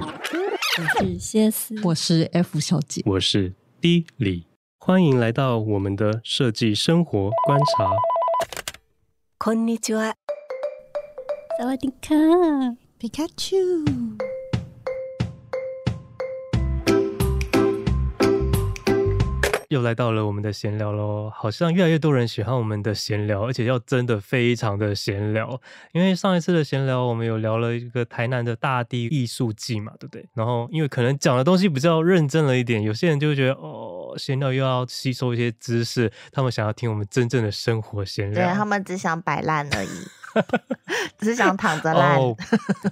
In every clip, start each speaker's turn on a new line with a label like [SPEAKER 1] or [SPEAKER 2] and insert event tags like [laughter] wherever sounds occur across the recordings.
[SPEAKER 1] 我是谢思，
[SPEAKER 2] 我是 F 小姐，
[SPEAKER 3] 我是 D 李，欢迎来到我们的设计生活观察。
[SPEAKER 4] こんにちは。
[SPEAKER 1] 萨瓦迪卡。
[SPEAKER 2] 皮卡丘。
[SPEAKER 3] 又来到了我们的闲聊喽，好像越来越多人喜欢我们的闲聊，而且要真的非常的闲聊。因为上一次的闲聊，我们有聊了一个台南的大地艺术季嘛，对不对？然后因为可能讲的东西比较认真了一点，有些人就会觉得哦，闲聊又要吸收一些知识，他们想要听我们真正的生活闲
[SPEAKER 5] 对
[SPEAKER 3] 聊。
[SPEAKER 5] 他们只想摆烂而
[SPEAKER 3] [laughs]
[SPEAKER 5] 已，只是想躺着烂。
[SPEAKER 3] 哦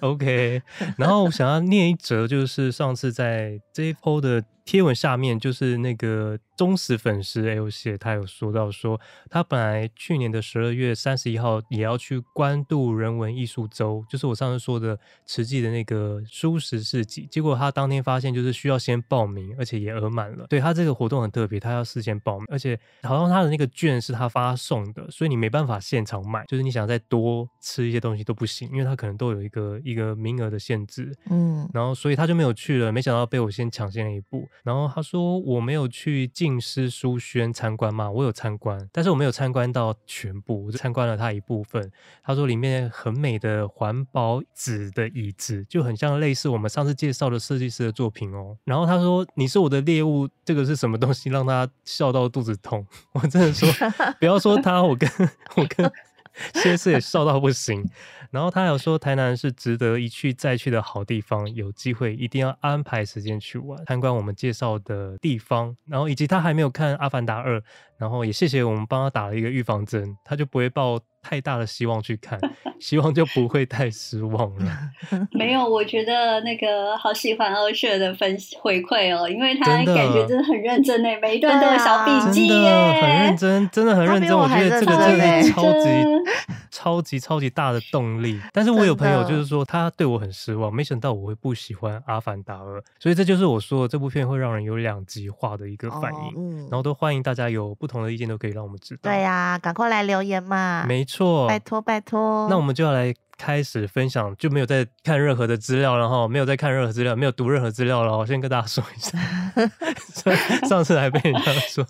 [SPEAKER 3] OK，然后我想要念一则，就是上次在这一波的贴文下面，就是那个忠实粉丝 L 谢，他有说到说，他本来去年的十二月三十一号也要去关渡人文艺术周，就是我上次说的慈济的那个舒适市集，结果他当天发现就是需要先报名，而且也额满了。对他这个活动很特别，他要事先报名，而且好像他的那个券是他发送的，所以你没办法现场买，就是你想再多吃一些东西都不行，因为他可能都有一个一个名额的限制。
[SPEAKER 5] 嗯，
[SPEAKER 3] 然后所以他就没有去了，没想到被我先抢先了一步。然后他说我没有去静思书轩参观嘛，我有参观，但是我没有参观到全部，我就参观了他一部分。他说里面很美的环保纸的椅子，就很像类似我们上次介绍的设计师的作品哦。然后他说你是我的猎物，这个是什么东西让他笑到肚子痛？ [laughs] 我真的说不要说他，我跟 [laughs] 我跟。谢师也笑到不行，然后他有说，台南是值得一去再去的好地方，有机会一定要安排时间去玩，参观我们介绍的地方。然后以及他还没有看《阿凡达二》，然后也谢谢我们帮他打了一个预防针，他就不会抱太大的希望去看，希望就不会太失望了。
[SPEAKER 6] 没有，我觉得那个好喜欢欧雪的分析回馈哦，因为他
[SPEAKER 3] 真的
[SPEAKER 6] 感觉真的很认真诶，欸每一段
[SPEAKER 1] 啊
[SPEAKER 6] 都有小笔
[SPEAKER 3] 真
[SPEAKER 6] 记耶，
[SPEAKER 3] 的很认真，真的很
[SPEAKER 5] 他
[SPEAKER 3] 认
[SPEAKER 5] 比
[SPEAKER 3] 真，
[SPEAKER 5] 我
[SPEAKER 3] 我觉
[SPEAKER 5] 还
[SPEAKER 3] 得这
[SPEAKER 5] 认
[SPEAKER 3] 个真的是
[SPEAKER 6] 真
[SPEAKER 3] 超级
[SPEAKER 6] 真
[SPEAKER 3] 超级超级大的动力。但是我有
[SPEAKER 5] 真
[SPEAKER 3] 朋友
[SPEAKER 5] 的
[SPEAKER 3] 就是说，他对我很失望，没想到我会不喜欢《阿凡达二》，所以这就是我说的这部片会让人有两极化的一个反应。
[SPEAKER 5] 嗯
[SPEAKER 3] 然后都欢迎大家有不同的意见，都可以让我们知道。
[SPEAKER 5] 对、呀、赶快来留言嘛！
[SPEAKER 3] 没错，
[SPEAKER 5] 啊拜托拜托。
[SPEAKER 3] 那我们就要来开始分享，就没有在看任何的资料，然后没有在看任何资料，没有读任何资料了哦。我先跟大家说一
[SPEAKER 5] [laughs]
[SPEAKER 3] 下，上上次还被人家说，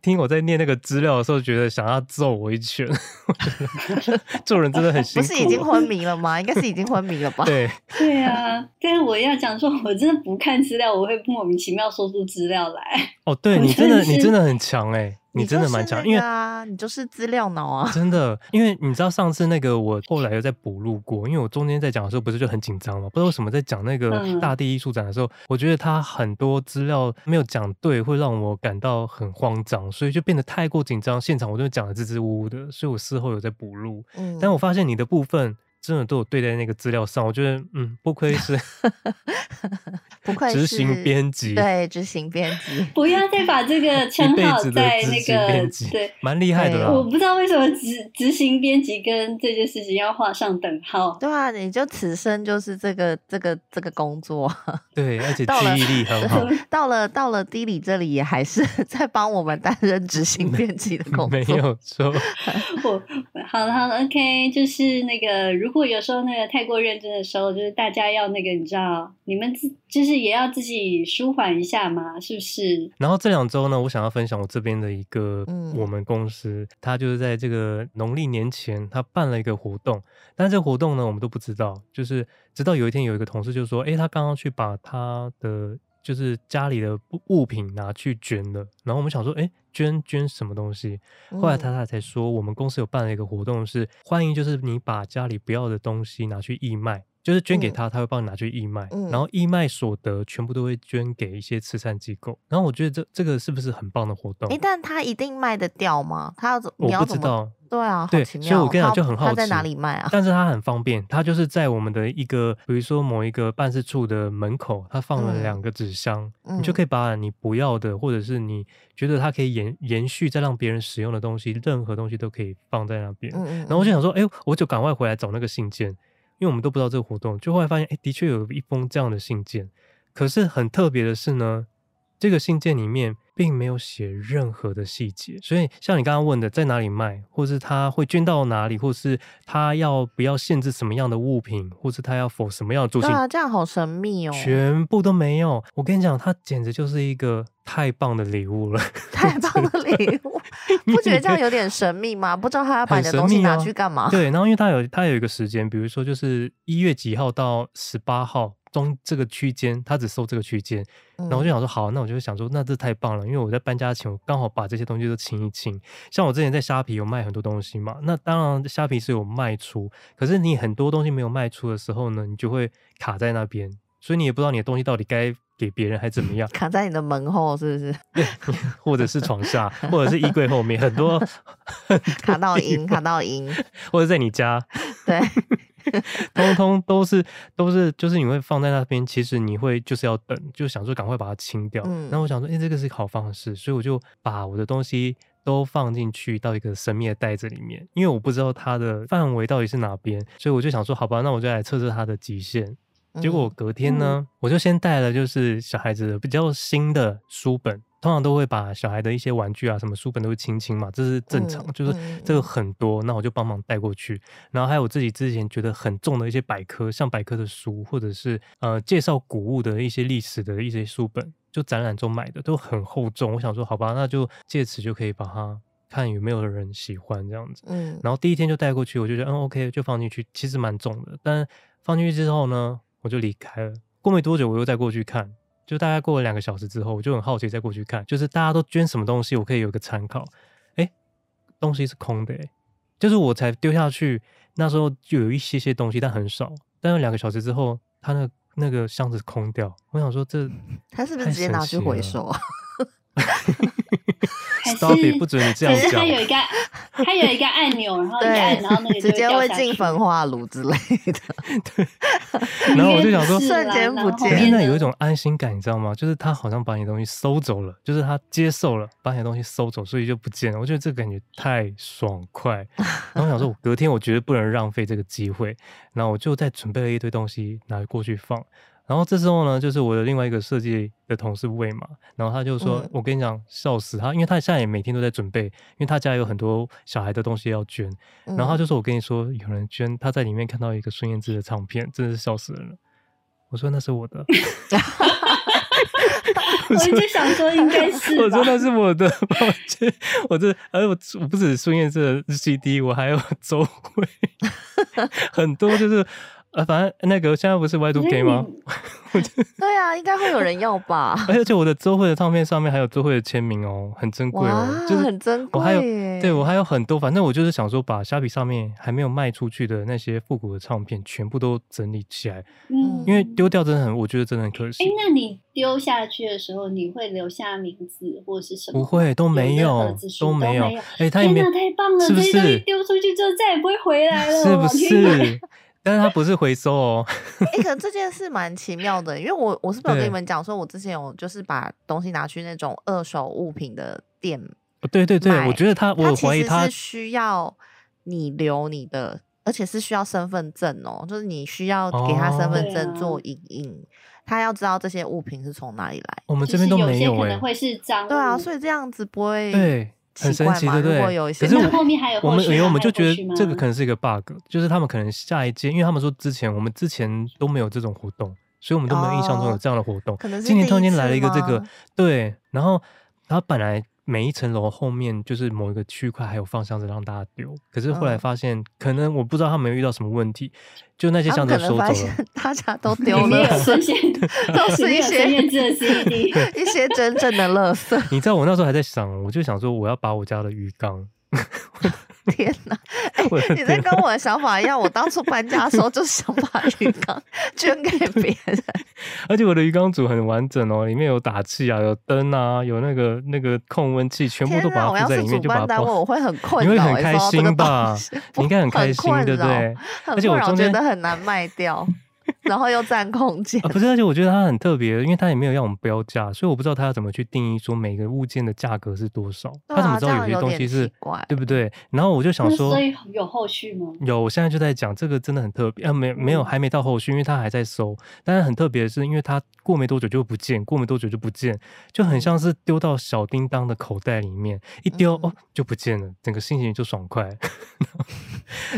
[SPEAKER 3] 听我在念那个资料的时候，觉得想要揍我一拳。我觉得做人真的很辛
[SPEAKER 5] 不
[SPEAKER 3] 苦，？
[SPEAKER 5] 是已经昏迷了吗？应该是已经昏迷了吧
[SPEAKER 3] 对，
[SPEAKER 6] 对啊，但是我要讲说，我真的不看资料，我会莫名其妙说出资料来。 [laughs]
[SPEAKER 3] 哦，对
[SPEAKER 6] 我
[SPEAKER 3] 你真
[SPEAKER 6] 真
[SPEAKER 3] 的
[SPEAKER 6] 的是
[SPEAKER 3] 你真的很强哎、你真的
[SPEAKER 5] 就是
[SPEAKER 3] 蛮强，
[SPEAKER 5] 那
[SPEAKER 3] 因为
[SPEAKER 5] 个啊，你就是资料脑
[SPEAKER 3] [laughs]
[SPEAKER 5] 啊。
[SPEAKER 3] 真的，因为你知道上次那个我后来又在补录过，因为我中间在讲的时候不是就很紧张嘛，不知道为什么在讲那个
[SPEAKER 6] 嗯，
[SPEAKER 3] 大地艺术展的时候，我觉得他很多资料没有讲对，会让我感到很慌张，所以就变得太过紧张，现场我就讲的支支吾吾的，所以我事后有在补录，
[SPEAKER 5] 嗯，
[SPEAKER 3] 但我发现你的部分。真的都有对在那个资料上，我觉得嗯，不愧
[SPEAKER 5] [laughs]
[SPEAKER 3] 是
[SPEAKER 5] 不愧
[SPEAKER 3] 执
[SPEAKER 5] 是
[SPEAKER 3] 行编辑，
[SPEAKER 5] 对执行编辑
[SPEAKER 6] 不要再把这个称
[SPEAKER 3] 一辈
[SPEAKER 6] 号
[SPEAKER 3] 子的 [laughs]
[SPEAKER 6] 在
[SPEAKER 3] 执
[SPEAKER 6] 那
[SPEAKER 3] 行编
[SPEAKER 6] 个
[SPEAKER 3] 辑，
[SPEAKER 6] 对。
[SPEAKER 3] 蛮厉害的
[SPEAKER 5] 对
[SPEAKER 3] 啦。
[SPEAKER 6] 我不知道为什么执执行编辑跟这件事情要画上等号，
[SPEAKER 5] 对啊，你就此生就是这个这个这个工作，
[SPEAKER 3] 对，而且
[SPEAKER 5] 到了
[SPEAKER 3] 记忆力很
[SPEAKER 5] [laughs]
[SPEAKER 3] 好。
[SPEAKER 5] 到了到了地理这里也还是 [laughs] 在帮我们担任执行编辑的工
[SPEAKER 3] [laughs]
[SPEAKER 5] 作。
[SPEAKER 3] 没有错，
[SPEAKER 6] 我好了好了，OK，就是那个，如果有时候那个太过认真的时候，就是大家要那个，你知道，你们自就是也要自己舒缓一下嘛，是不是？
[SPEAKER 3] 然后这两周呢，我想要分享我这边的一个
[SPEAKER 5] 嗯
[SPEAKER 3] 我们公司，它就是在这个农历年前，它办了一个活动，但这个活动呢，我们都不知道，就是直到有一天有一个同事就说，诶，他刚刚去把他的就是家里的物物品拿去捐了，然后我们想说，诶，捐捐什么东西？后
[SPEAKER 5] 嗯
[SPEAKER 3] 来他他才说，我们公司有办了一个活动是，欢迎就是你把家里不要的东西拿去义卖，就是捐给
[SPEAKER 5] 嗯
[SPEAKER 3] 他，他会帮你拿去义卖，
[SPEAKER 5] 嗯
[SPEAKER 3] 然后义卖所得全部都会捐给一些慈善机构。然后我觉得这这个是不是很棒的活动啊
[SPEAKER 5] 哎、？但他一定卖得掉吗？他要怎
[SPEAKER 3] 我
[SPEAKER 5] 你要
[SPEAKER 3] 不知
[SPEAKER 5] 怎么？
[SPEAKER 3] 道，
[SPEAKER 5] 对啊，好
[SPEAKER 3] 对
[SPEAKER 5] 奇
[SPEAKER 3] 所以我
[SPEAKER 5] 妙
[SPEAKER 3] 跟你讲
[SPEAKER 5] 他
[SPEAKER 3] 就很好
[SPEAKER 5] 他在哪
[SPEAKER 3] 奇
[SPEAKER 5] 里卖啊？
[SPEAKER 3] 但是它很方便，它就是在我们的一个，比如说某一个办事处的门口，它放了
[SPEAKER 5] 嗯
[SPEAKER 3] 两个纸箱，
[SPEAKER 5] 嗯
[SPEAKER 3] 你就可以把你不要的，或者是你觉得它可以延延续再让别人使用的东西，任何东西都可以放在那边。
[SPEAKER 5] 嗯嗯，
[SPEAKER 3] 然后我就想说，哎、我就赶快回来找那个信件，因为我们都不知道这个活动。就后来发现，哎、的确有一封这样的信件。可是很特别的是呢，这个信件里面并没有写任何的细节，所以像你刚刚问的，在哪里卖，或是他会捐到哪里，或是他要不要限制什么样的物品，或是他要否什么样的族
[SPEAKER 5] 对
[SPEAKER 3] 群，
[SPEAKER 5] 啊，这样好神秘哦，
[SPEAKER 3] 全部都没有。我跟你讲，它简直就是一个太棒的礼物了。
[SPEAKER 5] 太棒的礼
[SPEAKER 3] [laughs]
[SPEAKER 5] 物，不觉得这样有点神秘吗？不知道他要把
[SPEAKER 3] 很
[SPEAKER 5] 你的
[SPEAKER 3] 神
[SPEAKER 5] 东西
[SPEAKER 3] 秘
[SPEAKER 5] 拿
[SPEAKER 3] 啊
[SPEAKER 5] 去干嘛？
[SPEAKER 3] 对，然后因为它有它有一个时间，比如说就是一月几号到十八号中这个区间，它只收这个区间。然后我就
[SPEAKER 5] 嗯
[SPEAKER 3] 想说，好，那我就想说，那这太棒了，因为我在搬家前，我刚好把这些东西都清一清。像我之前在虾皮有卖很多东西嘛，那当然虾皮是有卖出，可是你很多东西没有卖出的时候呢，你就会卡在那边，所以你也不知道你的东西到底该给别人还怎么
[SPEAKER 5] [laughs]
[SPEAKER 3] 样。 [laughs]
[SPEAKER 5] 卡在你的门后是不是？
[SPEAKER 3] 或者是床下，或者是衣柜后面，很多 [laughs]
[SPEAKER 5] 卡到音，卡到音，
[SPEAKER 3] 或者在你家，
[SPEAKER 5] [laughs] 对，
[SPEAKER 3] 通通都是都是，就是你会放在那边，其实你会就是要等，就想说赶快把它清掉。
[SPEAKER 5] 嗯
[SPEAKER 3] 然后我想说，哎、这个是个好方式，所以我就把我的东西都放进去到一个神秘的袋子里面，因为我不知道它的范围到底是哪边，所以我就想说，好吧，那我就来测测它的极限。 [laughs] 结
[SPEAKER 5] 嗯
[SPEAKER 3] 果我隔天呢，我就先带了就是小孩子比较新的书本，通常都会把小孩的一些玩具啊、什么书本都会清清嘛，这是正常，
[SPEAKER 5] 嗯
[SPEAKER 3] 就是
[SPEAKER 5] 嗯
[SPEAKER 3] 这个很多，那我就帮忙带过去。然后还有我自己之前觉得很重的一些百科，像百科的书，或者是呃介绍古物的一些历史的一些书本，就展览中买的都很厚重。我想说，好吧，那就借此就可以把它看有没有人喜欢这样子。
[SPEAKER 5] 嗯，
[SPEAKER 3] 然后第一天就带过去，我就觉得嗯 OK，就放进去，其实蛮重的。但放进去之后呢，我就离开了。过没多久，我又再过去看，就大概过了两个小时之后，我就很好奇再过去看，就是大家都捐什么东西，我可以有个参考。哎，东西是空的、诶就是我才丢下去，那时候就有一些些东西，但很少。但是两个小时之后，他那那个箱子空掉，我想说这
[SPEAKER 5] 他是不是
[SPEAKER 3] 太
[SPEAKER 5] 直接
[SPEAKER 3] 神
[SPEAKER 5] 拿
[SPEAKER 3] 奇
[SPEAKER 5] 去回
[SPEAKER 3] 了
[SPEAKER 5] 收啊？
[SPEAKER 6] 还
[SPEAKER 3] stop
[SPEAKER 6] 是
[SPEAKER 3] it，不准你这
[SPEAKER 6] 可
[SPEAKER 3] 样
[SPEAKER 6] 是
[SPEAKER 3] 叫
[SPEAKER 6] 它。有一个，它有一个按钮，然后一按，然后那个
[SPEAKER 5] 对，
[SPEAKER 6] 就
[SPEAKER 5] 直接
[SPEAKER 6] 掉
[SPEAKER 5] 会
[SPEAKER 6] 下
[SPEAKER 5] 进
[SPEAKER 6] 去
[SPEAKER 5] 焚化炉之类的。
[SPEAKER 3] 然后我就想
[SPEAKER 6] 应该
[SPEAKER 3] 说
[SPEAKER 6] 不是啦
[SPEAKER 5] 瞬间
[SPEAKER 3] 可
[SPEAKER 5] 不见
[SPEAKER 6] 然后后
[SPEAKER 3] 是
[SPEAKER 6] 面
[SPEAKER 3] 那
[SPEAKER 6] 呢
[SPEAKER 3] 有一种安心感，你知道吗？就是他好像把你的东西收走了，就是他接受了把你的东西收走，所以就不见了。我觉得这个感觉太爽
[SPEAKER 6] [laughs]
[SPEAKER 3] 快。然后我想说，我隔天我绝对不能浪费这个机会，然后我就再准备了一堆东西拿过去放。然后这时候呢，就是我的另外一个设计的同事魏嘛，然后他就说：“
[SPEAKER 5] 嗯
[SPEAKER 3] 我跟你讲，笑死他，因为他现在也每天都在准备，因为他家有很多小孩的东西要捐。然
[SPEAKER 5] 嗯
[SPEAKER 3] 后他就说：“我跟你说，有人捐，他在里面看到一个孙燕姿的唱片，真的是笑死人了。”我说：“那是我的。”
[SPEAKER 6] 我就想说应该是
[SPEAKER 3] 我
[SPEAKER 6] 吧
[SPEAKER 3] 说。那是我的，我这我这，而我我不止孙燕姿的 CD，我还有周慧，很多就是呃，反正那个现在不是 Y Two
[SPEAKER 6] 所以
[SPEAKER 3] K
[SPEAKER 6] 你
[SPEAKER 3] 吗？
[SPEAKER 5] 对啊，应该会有人要
[SPEAKER 3] [laughs]
[SPEAKER 5] 吧？
[SPEAKER 3] 而且我的周慧的唱片上面还有周慧的签名哦，很珍贵
[SPEAKER 5] 哇
[SPEAKER 3] 哦，，就是
[SPEAKER 5] 很珍
[SPEAKER 3] 我
[SPEAKER 5] 贵
[SPEAKER 3] 还有
[SPEAKER 5] 耶。
[SPEAKER 3] 对我还有很多，反正我就是想说把虾皮上面还没有卖出去的那些复古的唱片全部都整理起来，
[SPEAKER 6] 嗯，
[SPEAKER 3] 因为丢掉真的很，我觉得真的很可惜
[SPEAKER 6] 哎，。那你丢下去的时候，你会留下名字或是什么
[SPEAKER 3] 不
[SPEAKER 6] 吗？
[SPEAKER 3] 会，都没
[SPEAKER 6] 任何
[SPEAKER 3] 有
[SPEAKER 6] 资，讯
[SPEAKER 3] 都
[SPEAKER 6] 都
[SPEAKER 3] 没有
[SPEAKER 6] 没有。
[SPEAKER 3] 哎，他也
[SPEAKER 6] 天
[SPEAKER 3] 没有
[SPEAKER 6] 哪，太棒了！
[SPEAKER 3] 是不
[SPEAKER 6] 这些东西
[SPEAKER 3] 是？
[SPEAKER 6] 丢出去之后再也不会回来了，
[SPEAKER 3] 是不
[SPEAKER 6] 我天哪？
[SPEAKER 3] 是？ [laughs] 但是他不是回收哦， [laughs]
[SPEAKER 5] 哎、可这件事蛮奇妙的，因为我我是不是有跟
[SPEAKER 3] 对
[SPEAKER 5] 你们讲说，我之前有就是把东西拿去那种二手物品的店，
[SPEAKER 3] 对对对，我
[SPEAKER 5] 买
[SPEAKER 3] 觉得他，
[SPEAKER 5] 它
[SPEAKER 3] 我
[SPEAKER 5] 其
[SPEAKER 3] 怀疑
[SPEAKER 5] 实
[SPEAKER 3] 他
[SPEAKER 5] 是需要你留你的，而且是需要身份证哦，就是你需要给他身
[SPEAKER 6] 哦
[SPEAKER 5] 份
[SPEAKER 6] 对啊
[SPEAKER 5] 证做影印，他要知道这些物品是从哪里来。
[SPEAKER 3] 我们
[SPEAKER 6] 就
[SPEAKER 3] 这
[SPEAKER 6] 是
[SPEAKER 3] 边都
[SPEAKER 6] 有
[SPEAKER 3] 没
[SPEAKER 6] 些可
[SPEAKER 3] 哎
[SPEAKER 6] 能，会是脏物，
[SPEAKER 5] 对啊，所以这样子不会
[SPEAKER 3] 对，很
[SPEAKER 5] 奇
[SPEAKER 3] 神
[SPEAKER 5] 怪
[SPEAKER 3] 奇，
[SPEAKER 5] 嘛
[SPEAKER 3] 对不
[SPEAKER 5] 如果
[SPEAKER 3] 对？
[SPEAKER 5] 有一
[SPEAKER 3] 可
[SPEAKER 5] 些
[SPEAKER 3] 是
[SPEAKER 5] 那
[SPEAKER 3] 我
[SPEAKER 6] 后面还有
[SPEAKER 3] 我
[SPEAKER 6] 后
[SPEAKER 3] 们
[SPEAKER 6] 续吗
[SPEAKER 3] 有我们
[SPEAKER 6] 还
[SPEAKER 3] 就
[SPEAKER 6] 有
[SPEAKER 3] 觉
[SPEAKER 6] 后续
[SPEAKER 3] 得这个
[SPEAKER 6] 吗
[SPEAKER 3] 可能是一个 bug，就是他们可能下一届，因为他们说之前我们之前都没有这种活动，所以我们都没有印象中有
[SPEAKER 5] 哦
[SPEAKER 3] 这样的活动。
[SPEAKER 5] 可能是
[SPEAKER 3] 今年
[SPEAKER 5] 第
[SPEAKER 3] 突然
[SPEAKER 5] 一
[SPEAKER 3] 间来
[SPEAKER 5] 次
[SPEAKER 3] 了一个这个
[SPEAKER 5] 吗，
[SPEAKER 3] 对，然后它本来每一层楼后面就是某一个区块还有放箱子让大家丢，可是后来
[SPEAKER 5] 嗯
[SPEAKER 3] 发现、可能我不知道他们有遇到什么问题，就那些
[SPEAKER 5] 他
[SPEAKER 3] 箱
[SPEAKER 5] 们
[SPEAKER 3] 子
[SPEAKER 5] 可
[SPEAKER 3] 收走
[SPEAKER 5] 能发
[SPEAKER 3] 了。 [laughs]
[SPEAKER 5] 现 [laughs] 大家都
[SPEAKER 6] 里
[SPEAKER 5] 丢
[SPEAKER 6] 面
[SPEAKER 5] 了
[SPEAKER 6] 有孙燕，
[SPEAKER 5] [laughs] 都是
[SPEAKER 6] 里面
[SPEAKER 5] 一
[SPEAKER 6] 有孙
[SPEAKER 5] 些
[SPEAKER 6] 燕姿的 CD。
[SPEAKER 5] [laughs] 一些真正的垃圾。
[SPEAKER 3] 你知道我那时候还在想，我就想说我要把我家的鱼缸，
[SPEAKER 5] 天哪！
[SPEAKER 3] [laughs]
[SPEAKER 5] 哎
[SPEAKER 3] 我的
[SPEAKER 5] 你在
[SPEAKER 3] 天啊
[SPEAKER 5] 跟我的想法一样，我当初搬家的时候就想把浴
[SPEAKER 3] [laughs]
[SPEAKER 5] 缸捐给别人。
[SPEAKER 3] 而且我的鱼缸组很完整哦，里面有打气啊，有灯啊，有那个那个控温器，全部
[SPEAKER 5] 天
[SPEAKER 3] 都把
[SPEAKER 5] 哪！
[SPEAKER 3] 它
[SPEAKER 5] 我
[SPEAKER 3] 放
[SPEAKER 5] 要
[SPEAKER 3] 在
[SPEAKER 5] 是
[SPEAKER 3] 里
[SPEAKER 5] 主
[SPEAKER 3] 面，就把它
[SPEAKER 5] 办单位，
[SPEAKER 3] 包。
[SPEAKER 5] 我会很困
[SPEAKER 3] 你
[SPEAKER 5] 扰、
[SPEAKER 3] 会
[SPEAKER 5] 欸。
[SPEAKER 3] 很开
[SPEAKER 5] 收到这个
[SPEAKER 3] 心吧 [laughs]
[SPEAKER 5] 东西？
[SPEAKER 3] 你应该很开心，对不对？
[SPEAKER 5] 很
[SPEAKER 3] 而且
[SPEAKER 5] 困
[SPEAKER 3] 我
[SPEAKER 5] 扰，
[SPEAKER 3] 中
[SPEAKER 5] 觉
[SPEAKER 3] 间
[SPEAKER 5] 得很难卖掉。然后又占空间
[SPEAKER 3] 啊，。不是，而且我觉得它很特别，因为它也没有让我们标价，所以我不知道它要怎么去定义说每个物件的价格是多少。它
[SPEAKER 5] 对
[SPEAKER 3] 怎么
[SPEAKER 5] 啊
[SPEAKER 3] 知
[SPEAKER 5] 这
[SPEAKER 3] 道
[SPEAKER 5] 样
[SPEAKER 3] 些
[SPEAKER 5] 有
[SPEAKER 3] 东
[SPEAKER 5] 点
[SPEAKER 3] 西是
[SPEAKER 5] 奇怪
[SPEAKER 3] 对不对？然后我就 [laughs] 想
[SPEAKER 6] 那
[SPEAKER 3] 说
[SPEAKER 6] 所，以有后续吗？
[SPEAKER 3] 有，我现在就在讲这个，真的很特别啊，没没有，
[SPEAKER 6] 嗯
[SPEAKER 3] 还没到后续，因为它还在搜。但是很特别的是，因为它过没多久就不见，过没多久就不见，就很
[SPEAKER 6] 嗯
[SPEAKER 3] 像是丢到小叮当的口袋里面，一丢、
[SPEAKER 5] 嗯
[SPEAKER 3] 哦就不见了，整个心情就爽快。 [laughs] 然后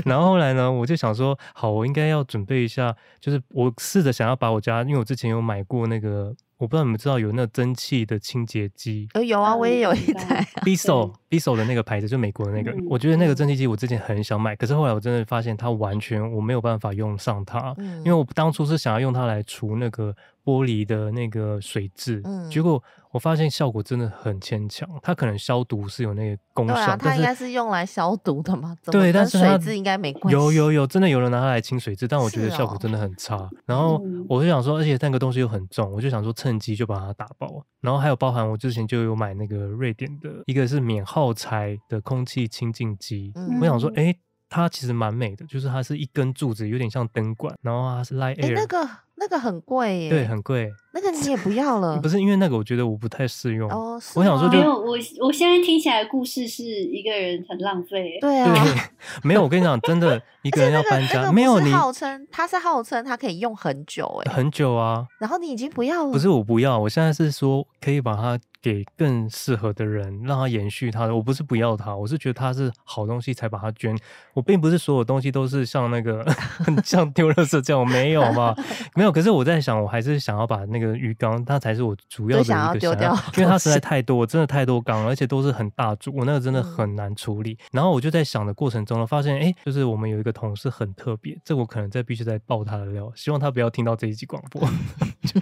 [SPEAKER 3] 然后后来呢，我就想说，好，我应该要准备一下，就是我试着想要把我家，因为我之前有买过那个，我不知道你们知道有那个蒸汽的清洁机，
[SPEAKER 5] 呃，有啊，
[SPEAKER 6] 嗯
[SPEAKER 5] 我也有一
[SPEAKER 6] 明白
[SPEAKER 5] 台 [laughs] 啊。
[SPEAKER 3] Bissell Bissell 的那个牌子，就美国的那个，
[SPEAKER 6] 嗯
[SPEAKER 3] 我觉得那个蒸汽机我之前很想买，可是后来我真的发现它完全我没有办法用上它，
[SPEAKER 5] 嗯，
[SPEAKER 3] 因为我当初是想要用它来除那个玻璃的那个水渍，
[SPEAKER 5] 嗯
[SPEAKER 3] 结果我发现效果真的很牵强，它可能消毒是有那个功
[SPEAKER 5] 对
[SPEAKER 3] 效，
[SPEAKER 5] 啊，它
[SPEAKER 3] 但
[SPEAKER 5] 应该
[SPEAKER 3] 是。
[SPEAKER 5] 是用来消毒的嘛，怎么
[SPEAKER 3] 对，
[SPEAKER 5] 跟
[SPEAKER 3] 但是它
[SPEAKER 5] 水质应该没关系。
[SPEAKER 3] 有有有，真的有人拿它来清水质，但我觉得
[SPEAKER 5] 是
[SPEAKER 3] 效果
[SPEAKER 5] 哦
[SPEAKER 3] 真的很差。然后
[SPEAKER 6] 嗯
[SPEAKER 3] 我就想说，而且那个东西又很重，我就想说趁机就把它打爆。然后还有包含我之前就有买那个瑞典的，一个是免耗材的空气清净机，
[SPEAKER 5] 嗯
[SPEAKER 3] 我想说
[SPEAKER 6] 嗯，
[SPEAKER 3] 哎、它其实蛮美的，就是它是一根柱子，有点像灯管，然后它是 light
[SPEAKER 5] 哎、
[SPEAKER 3] air，、
[SPEAKER 5] 那个那个很贵耶，
[SPEAKER 3] 对，很贵。
[SPEAKER 5] 那个你也不要了，
[SPEAKER 3] 不是因为那个，我觉得我不太适用。
[SPEAKER 5] 呃哦，是
[SPEAKER 3] 我想说
[SPEAKER 5] 吗
[SPEAKER 3] 就
[SPEAKER 6] 没有，我我现在听起来故事是一个人很浪费、欸。
[SPEAKER 5] 对啊，
[SPEAKER 3] 对，没有，我跟你讲，真
[SPEAKER 5] [laughs]
[SPEAKER 3] 的，一个人要搬
[SPEAKER 5] 那
[SPEAKER 3] 家，
[SPEAKER 5] 个
[SPEAKER 3] 没有
[SPEAKER 5] 不是
[SPEAKER 3] 你
[SPEAKER 5] 号称它是号称它可以用很久哎、
[SPEAKER 3] 很久啊。
[SPEAKER 5] 然后你已经不要了，
[SPEAKER 3] 不是我不要，我现在是说可以把它给更适合的人，让它延续它的。我不是不要它，我是觉得它是好东西才把它捐。我并不是所有东西都是像那个 [laughs] 像丢垃圾这样，我没有嘛，没有。可是我在想，我还是想要把那个鱼缸，它才是我主要的一
[SPEAKER 5] 最想要
[SPEAKER 3] 个
[SPEAKER 5] 丢
[SPEAKER 3] 想
[SPEAKER 5] 掉
[SPEAKER 3] 要
[SPEAKER 5] 的，
[SPEAKER 3] 因为它
[SPEAKER 5] 东
[SPEAKER 3] 实在
[SPEAKER 5] 西
[SPEAKER 3] 太多，真的太多缸了，而且都是很大株，我那个真的
[SPEAKER 5] 嗯
[SPEAKER 3] 很难处理。然后我就在想的过程中呢，发现哎、诶就是我们有一个同事很特别，这我可能在必须在爆他的料，希望他不要听到这一集广播。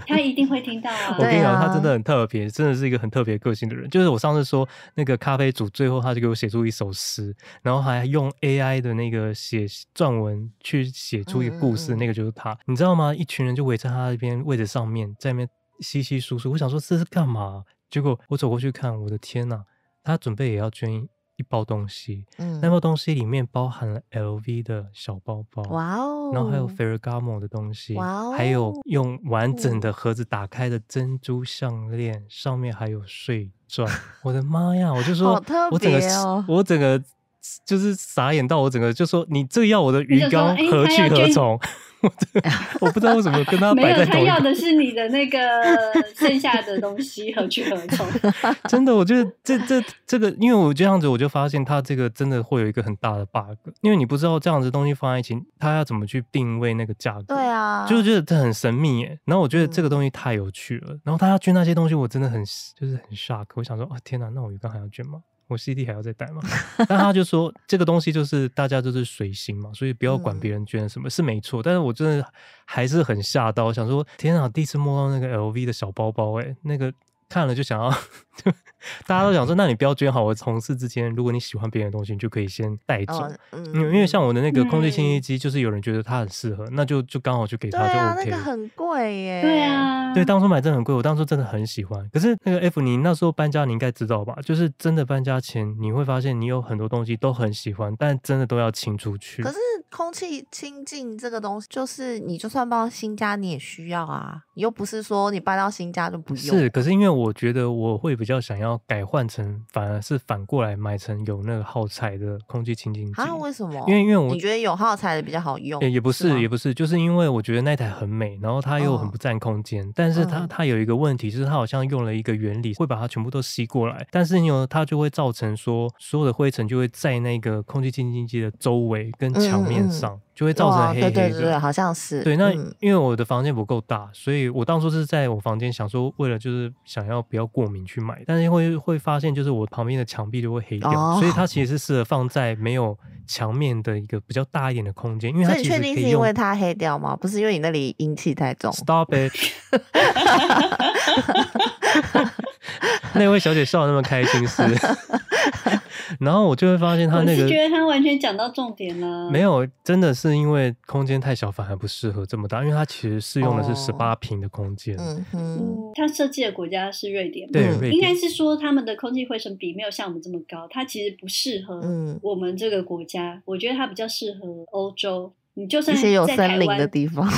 [SPEAKER 6] 他一定会听到啊
[SPEAKER 3] 我。跟你讲，
[SPEAKER 5] 对啊
[SPEAKER 3] 他真的很特别，真的是一个很特别个性的人。就是我上次说那个咖啡组，最后他就给我写出一首诗，然后还用 AI 的那个写撰文去写出一个故事，
[SPEAKER 5] 嗯嗯嗯
[SPEAKER 3] 那个就是他，你知道吗？一群人就围在他那边位置上面，在那边稀稀疏疏。我想说这是干嘛？结果我走过去看，我的天呐、他准备也要捐一一包东西，
[SPEAKER 5] 嗯
[SPEAKER 3] 那包东西里面包含了 LV 的小包包，
[SPEAKER 5] 哇哦，
[SPEAKER 3] 然后还有 Ferragamo 的东西，
[SPEAKER 5] 哇
[SPEAKER 3] 还有
[SPEAKER 5] 哦
[SPEAKER 3] 用完整的盒子打开的珍珠项链，上面还有碎钻。我的妈呀！我就说，
[SPEAKER 5] 好特
[SPEAKER 3] 我整个
[SPEAKER 5] 别哦
[SPEAKER 3] 我整个就是傻眼到我整个就说，你这个要我的
[SPEAKER 6] 你
[SPEAKER 3] 鱼
[SPEAKER 6] 想说
[SPEAKER 3] 缸
[SPEAKER 6] 哎
[SPEAKER 3] 何
[SPEAKER 6] 他
[SPEAKER 3] 去
[SPEAKER 6] 要
[SPEAKER 3] 何
[SPEAKER 6] 捐
[SPEAKER 3] 从？ [laughs] 我真的我不知道为什么跟他
[SPEAKER 6] 没
[SPEAKER 3] 摆
[SPEAKER 6] 有，
[SPEAKER 3] 在
[SPEAKER 6] 他
[SPEAKER 3] 同一
[SPEAKER 6] 要
[SPEAKER 3] 个，
[SPEAKER 6] 的是你的那个剩下的东西，何去何从？
[SPEAKER 3] 真的，我觉得这这这个，因为我这样子，我就发现他这个真的会有一个很大的 bug，因为你不知道这样子的东西放在一起，他要怎么去定位那个价格？
[SPEAKER 5] 对啊，嗯
[SPEAKER 3] 就是觉得这很神秘耶。然后我觉得这个东西太有趣了。然后他要捐那些东西，我真的很就是很 shock。我想说，啊天哪，那我鱼缸还要捐吗？我 CD 还要再带
[SPEAKER 5] [laughs]
[SPEAKER 3] 吗？但他就说这个东西就是大家就是随心嘛，所以不要管
[SPEAKER 5] 嗯
[SPEAKER 3] 别人捐什么、是没错。但是我真的还是很吓到，想说天哪，第一次摸到那个 LV 的小包包、哎，那个看了就想要 [laughs] 就。大家都想
[SPEAKER 5] [laughs]
[SPEAKER 3] 说，那你不要捐好。我同事之间，如果你喜欢别人的东西，你就可以先带走。
[SPEAKER 5] 嗯嗯，
[SPEAKER 3] 因为因为像
[SPEAKER 5] 我
[SPEAKER 3] 我的那个空气清
[SPEAKER 6] 嗯
[SPEAKER 3] 洁机，就是有人觉得它很适合，那就就刚好就给
[SPEAKER 5] 对
[SPEAKER 3] 他就
[SPEAKER 5] 啊，那
[SPEAKER 3] OK
[SPEAKER 5] 个
[SPEAKER 3] 了。
[SPEAKER 5] 很贵耶，
[SPEAKER 6] 对，啊，
[SPEAKER 3] [laughs] 对，当初买真的很贵，我当初真的很喜欢。可是那个 F，你那时候搬家，你应该知道吧？就是真的搬家前，你会发现你有很多东西都很喜欢，但真的都要清出去
[SPEAKER 5] 可。是空气清净这个东西，就是你就算搬到新家，你也需要啊。你又不是说你搬到新家就不用。
[SPEAKER 3] 是，可是因为我觉得我会比较想要改换成，反而是反过来买成有那个耗材的空气清净机。
[SPEAKER 5] 啊，为什么？
[SPEAKER 3] 因为因为我
[SPEAKER 5] 你觉得有耗材的比较好用，
[SPEAKER 3] 也也不是，也
[SPEAKER 5] 不
[SPEAKER 3] 不是，就是因为我觉得那台很美，然后它又很
[SPEAKER 5] 哦
[SPEAKER 3] 不占空间，但是它
[SPEAKER 5] 嗯
[SPEAKER 3] 它有一个问题，就是它好像用了一个原理，会把它全部都吸过来，但是呢，它就会造成说所有的灰尘就会在那个空气清净机的周围跟墙
[SPEAKER 5] 嗯
[SPEAKER 3] 面
[SPEAKER 5] 嗯嗯
[SPEAKER 3] 上，就会造成黑黑的。
[SPEAKER 5] 对对对对，好像是。
[SPEAKER 3] 对，那
[SPEAKER 5] 嗯
[SPEAKER 3] 因为我的房间不够大，所以我当初是在我房间想说，为了就是想要不要过敏去买，但是会会发现就是我旁边的墙壁就会黑掉，
[SPEAKER 5] 哦
[SPEAKER 3] 所以它其实是适合放在没有墙面的一个比较大一点的空间，因为它
[SPEAKER 5] 所以
[SPEAKER 3] 其实
[SPEAKER 5] 你确
[SPEAKER 3] 可
[SPEAKER 5] 定是
[SPEAKER 3] 以
[SPEAKER 5] 因
[SPEAKER 3] 用
[SPEAKER 5] 为。它黑掉吗？不是因为你那里阴气太重。
[SPEAKER 3] Stop it！那位小姐笑得那么开心是， [laughs] 然后我就会发现她
[SPEAKER 6] 我
[SPEAKER 3] 那个
[SPEAKER 6] 是觉得他完全讲到重点了。
[SPEAKER 3] 没有，真的是因为空间太小，反而不适合这么大，因为它其实适用的是
[SPEAKER 5] 哦
[SPEAKER 3] 十八平的空间。
[SPEAKER 5] 嗯哼，
[SPEAKER 6] 嗯，他设计的国家是瑞典嘛，
[SPEAKER 3] 对，
[SPEAKER 5] 嗯
[SPEAKER 3] 瑞
[SPEAKER 6] 应
[SPEAKER 3] 典
[SPEAKER 6] 该是说他们的空气灰尘比没有像我们这么高，它其实不适合
[SPEAKER 5] 嗯
[SPEAKER 6] 我们这个国家。我觉得它比较适合欧洲。你就
[SPEAKER 5] 一
[SPEAKER 6] 算
[SPEAKER 5] 些有
[SPEAKER 6] 在台
[SPEAKER 5] 森林
[SPEAKER 6] 湾
[SPEAKER 5] 的地
[SPEAKER 3] [laughs]
[SPEAKER 5] 方，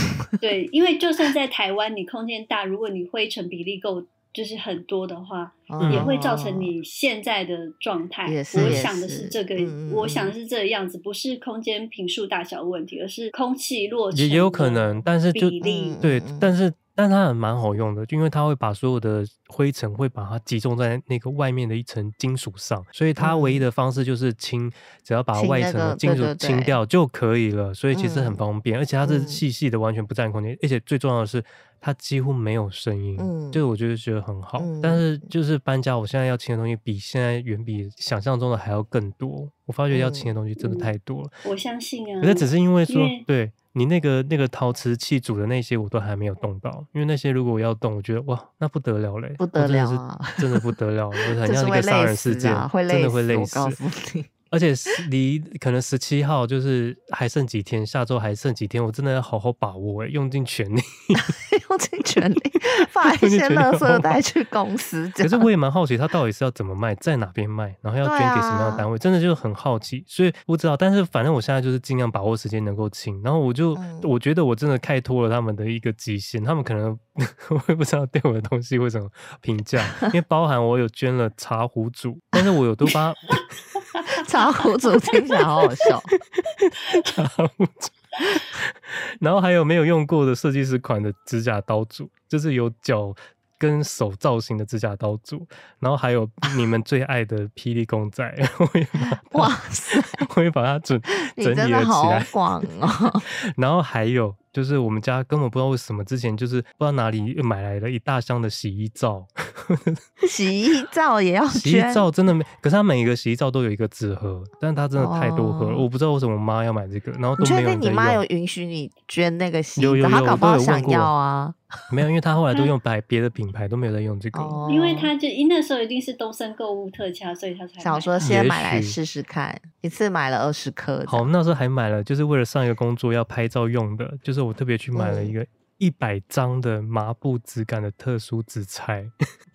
[SPEAKER 6] 对，因为就算在台湾，你空间大，如果你灰尘比例够，就是很多的话，
[SPEAKER 3] 嗯
[SPEAKER 6] 也会造成你现在的状态。
[SPEAKER 5] 也是
[SPEAKER 6] 我
[SPEAKER 5] 也
[SPEAKER 6] 想的
[SPEAKER 5] 是
[SPEAKER 6] 是这个，
[SPEAKER 5] 嗯嗯
[SPEAKER 6] 我
[SPEAKER 5] 嗯
[SPEAKER 6] 想的是这个样子，不是空间平数大小问题，而是空气落
[SPEAKER 3] 也也有可
[SPEAKER 6] 尘的
[SPEAKER 3] 能，但是就
[SPEAKER 6] 比例
[SPEAKER 5] 嗯
[SPEAKER 3] 对，但是但它很蛮好用的，就因为它会把所有的灰尘会把它集中在那个外面的一层金属上，所以它唯一的方式就是清，只要把
[SPEAKER 5] 清
[SPEAKER 3] 外
[SPEAKER 5] 那
[SPEAKER 3] 层的
[SPEAKER 5] 个
[SPEAKER 3] 金
[SPEAKER 5] 对
[SPEAKER 3] 属
[SPEAKER 5] 对
[SPEAKER 3] 清
[SPEAKER 5] 对
[SPEAKER 3] 掉就可以了，所以其实很
[SPEAKER 5] 嗯
[SPEAKER 3] 方便，而且它是
[SPEAKER 5] 嗯
[SPEAKER 3] 细细的，完全不占空间，而且最重要的是它几乎没有声音，
[SPEAKER 5] 嗯
[SPEAKER 3] 就是我觉得觉得很好。但是就是搬家，我现在要清的东西比现在远比想象中的还要更多，我发觉要清的东西真的
[SPEAKER 6] 嗯
[SPEAKER 3] 太多了。
[SPEAKER 6] 我相信啊。
[SPEAKER 3] 可是只是因为
[SPEAKER 6] 因
[SPEAKER 3] 说，
[SPEAKER 6] 为
[SPEAKER 3] 对你那个那个陶瓷器煮的那些，我都还没有动到，因为那些如果我要动，我觉得哇，那不得了嘞，
[SPEAKER 5] 不
[SPEAKER 3] 我
[SPEAKER 5] 得
[SPEAKER 3] 真的
[SPEAKER 5] 了
[SPEAKER 3] 是
[SPEAKER 5] 啊
[SPEAKER 3] 真的不得了，我
[SPEAKER 5] [laughs]
[SPEAKER 3] 很
[SPEAKER 5] 就是
[SPEAKER 3] 像一
[SPEAKER 5] 会
[SPEAKER 3] 个杀
[SPEAKER 5] 累
[SPEAKER 3] 人事
[SPEAKER 5] 死
[SPEAKER 3] 件，
[SPEAKER 5] 啊，会
[SPEAKER 3] 真
[SPEAKER 5] 累
[SPEAKER 3] 的会
[SPEAKER 5] 死，
[SPEAKER 3] 累
[SPEAKER 5] 我
[SPEAKER 3] 死。[laughs]
[SPEAKER 5] 告诉你。 [laughs]
[SPEAKER 3] 而且是离可能十七号就是还剩几天，下周还剩几天，我真的要好好把握、欸，用尽全力。
[SPEAKER 5] 用尽全
[SPEAKER 3] [laughs]
[SPEAKER 5] 力把一
[SPEAKER 3] 尽
[SPEAKER 5] 些
[SPEAKER 3] 全力
[SPEAKER 5] 垃
[SPEAKER 3] 好
[SPEAKER 5] 圾带去公司， [laughs]
[SPEAKER 3] [laughs]
[SPEAKER 5] 这
[SPEAKER 3] 可是
[SPEAKER 5] 样
[SPEAKER 3] 我也蛮好奇，它到底是要怎么卖，在哪边卖，然后要捐
[SPEAKER 5] 对
[SPEAKER 3] 给什么样的
[SPEAKER 5] 啊
[SPEAKER 3] 单位，真的就很好
[SPEAKER 5] 嗯
[SPEAKER 3] 奇，所以不知道。但是反正我现在就是尽量把握时间能够清，然后我就、
[SPEAKER 5] 嗯
[SPEAKER 3] 我觉得我真的开脱了他们的一个极限，他们可能 [laughs] 我也不知道对我的东西会怎么评价，因为包含我有捐了茶壶组，但是我有都把 [laughs]
[SPEAKER 5] 茶
[SPEAKER 6] [laughs]
[SPEAKER 5] 壶组听起来好好笑。
[SPEAKER 3] 茶壶组，然后还有没有用过的设计师款的指甲刀组，就是有脚。跟手造型的指甲刀组，然后还有你们最爱的霹雳公仔， [laughs] 我也把它
[SPEAKER 5] 哇塞，
[SPEAKER 3] 我会把它整
[SPEAKER 5] [laughs] 你
[SPEAKER 3] 整
[SPEAKER 5] 真
[SPEAKER 3] 理了
[SPEAKER 5] 的
[SPEAKER 3] 起
[SPEAKER 5] 好
[SPEAKER 3] 来。
[SPEAKER 5] 广
[SPEAKER 3] [laughs]
[SPEAKER 5] 哦！
[SPEAKER 3] 然后还有就是我们家根本不知道为什么之前就是不知道哪里买来了一大箱的洗衣
[SPEAKER 5] [laughs]
[SPEAKER 3] 皂，
[SPEAKER 5] 洗衣皂也要
[SPEAKER 3] 洗衣
[SPEAKER 5] 捐，
[SPEAKER 3] 皂真的没，可是它每一个洗衣皂都有一个纸盒，但它真的太多盒了，
[SPEAKER 5] 哦
[SPEAKER 3] 我不知道为什么我妈要买这个，然后
[SPEAKER 5] 你
[SPEAKER 3] 都没
[SPEAKER 5] 确
[SPEAKER 3] 有
[SPEAKER 5] 定
[SPEAKER 3] 人在
[SPEAKER 5] 你妈有
[SPEAKER 3] 用。
[SPEAKER 5] 允许你捐那个洗
[SPEAKER 3] 有
[SPEAKER 5] 衣
[SPEAKER 3] 有
[SPEAKER 5] 皂？她
[SPEAKER 3] 有，
[SPEAKER 5] 搞
[SPEAKER 3] 我
[SPEAKER 5] 不
[SPEAKER 3] 都
[SPEAKER 5] 好
[SPEAKER 3] 有问
[SPEAKER 5] 想
[SPEAKER 3] 过
[SPEAKER 5] 要啊。，
[SPEAKER 3] 没有，因为她后
[SPEAKER 5] [laughs]
[SPEAKER 3] 来都用白别的品牌，都没有在用这个。
[SPEAKER 5] 哦，
[SPEAKER 6] 因为他就因那时候一定是东森购物特价，所以他才
[SPEAKER 5] 想
[SPEAKER 6] 买
[SPEAKER 5] 说
[SPEAKER 3] 也
[SPEAKER 5] 先买来
[SPEAKER 3] 许
[SPEAKER 5] 试试看，一次买了二十颗。
[SPEAKER 3] 好，，那时候还买了，就是为了上一个工作要拍照用的，就是我特别去买了
[SPEAKER 6] 嗯
[SPEAKER 3] 一个一百张的麻布质感的特殊纸材，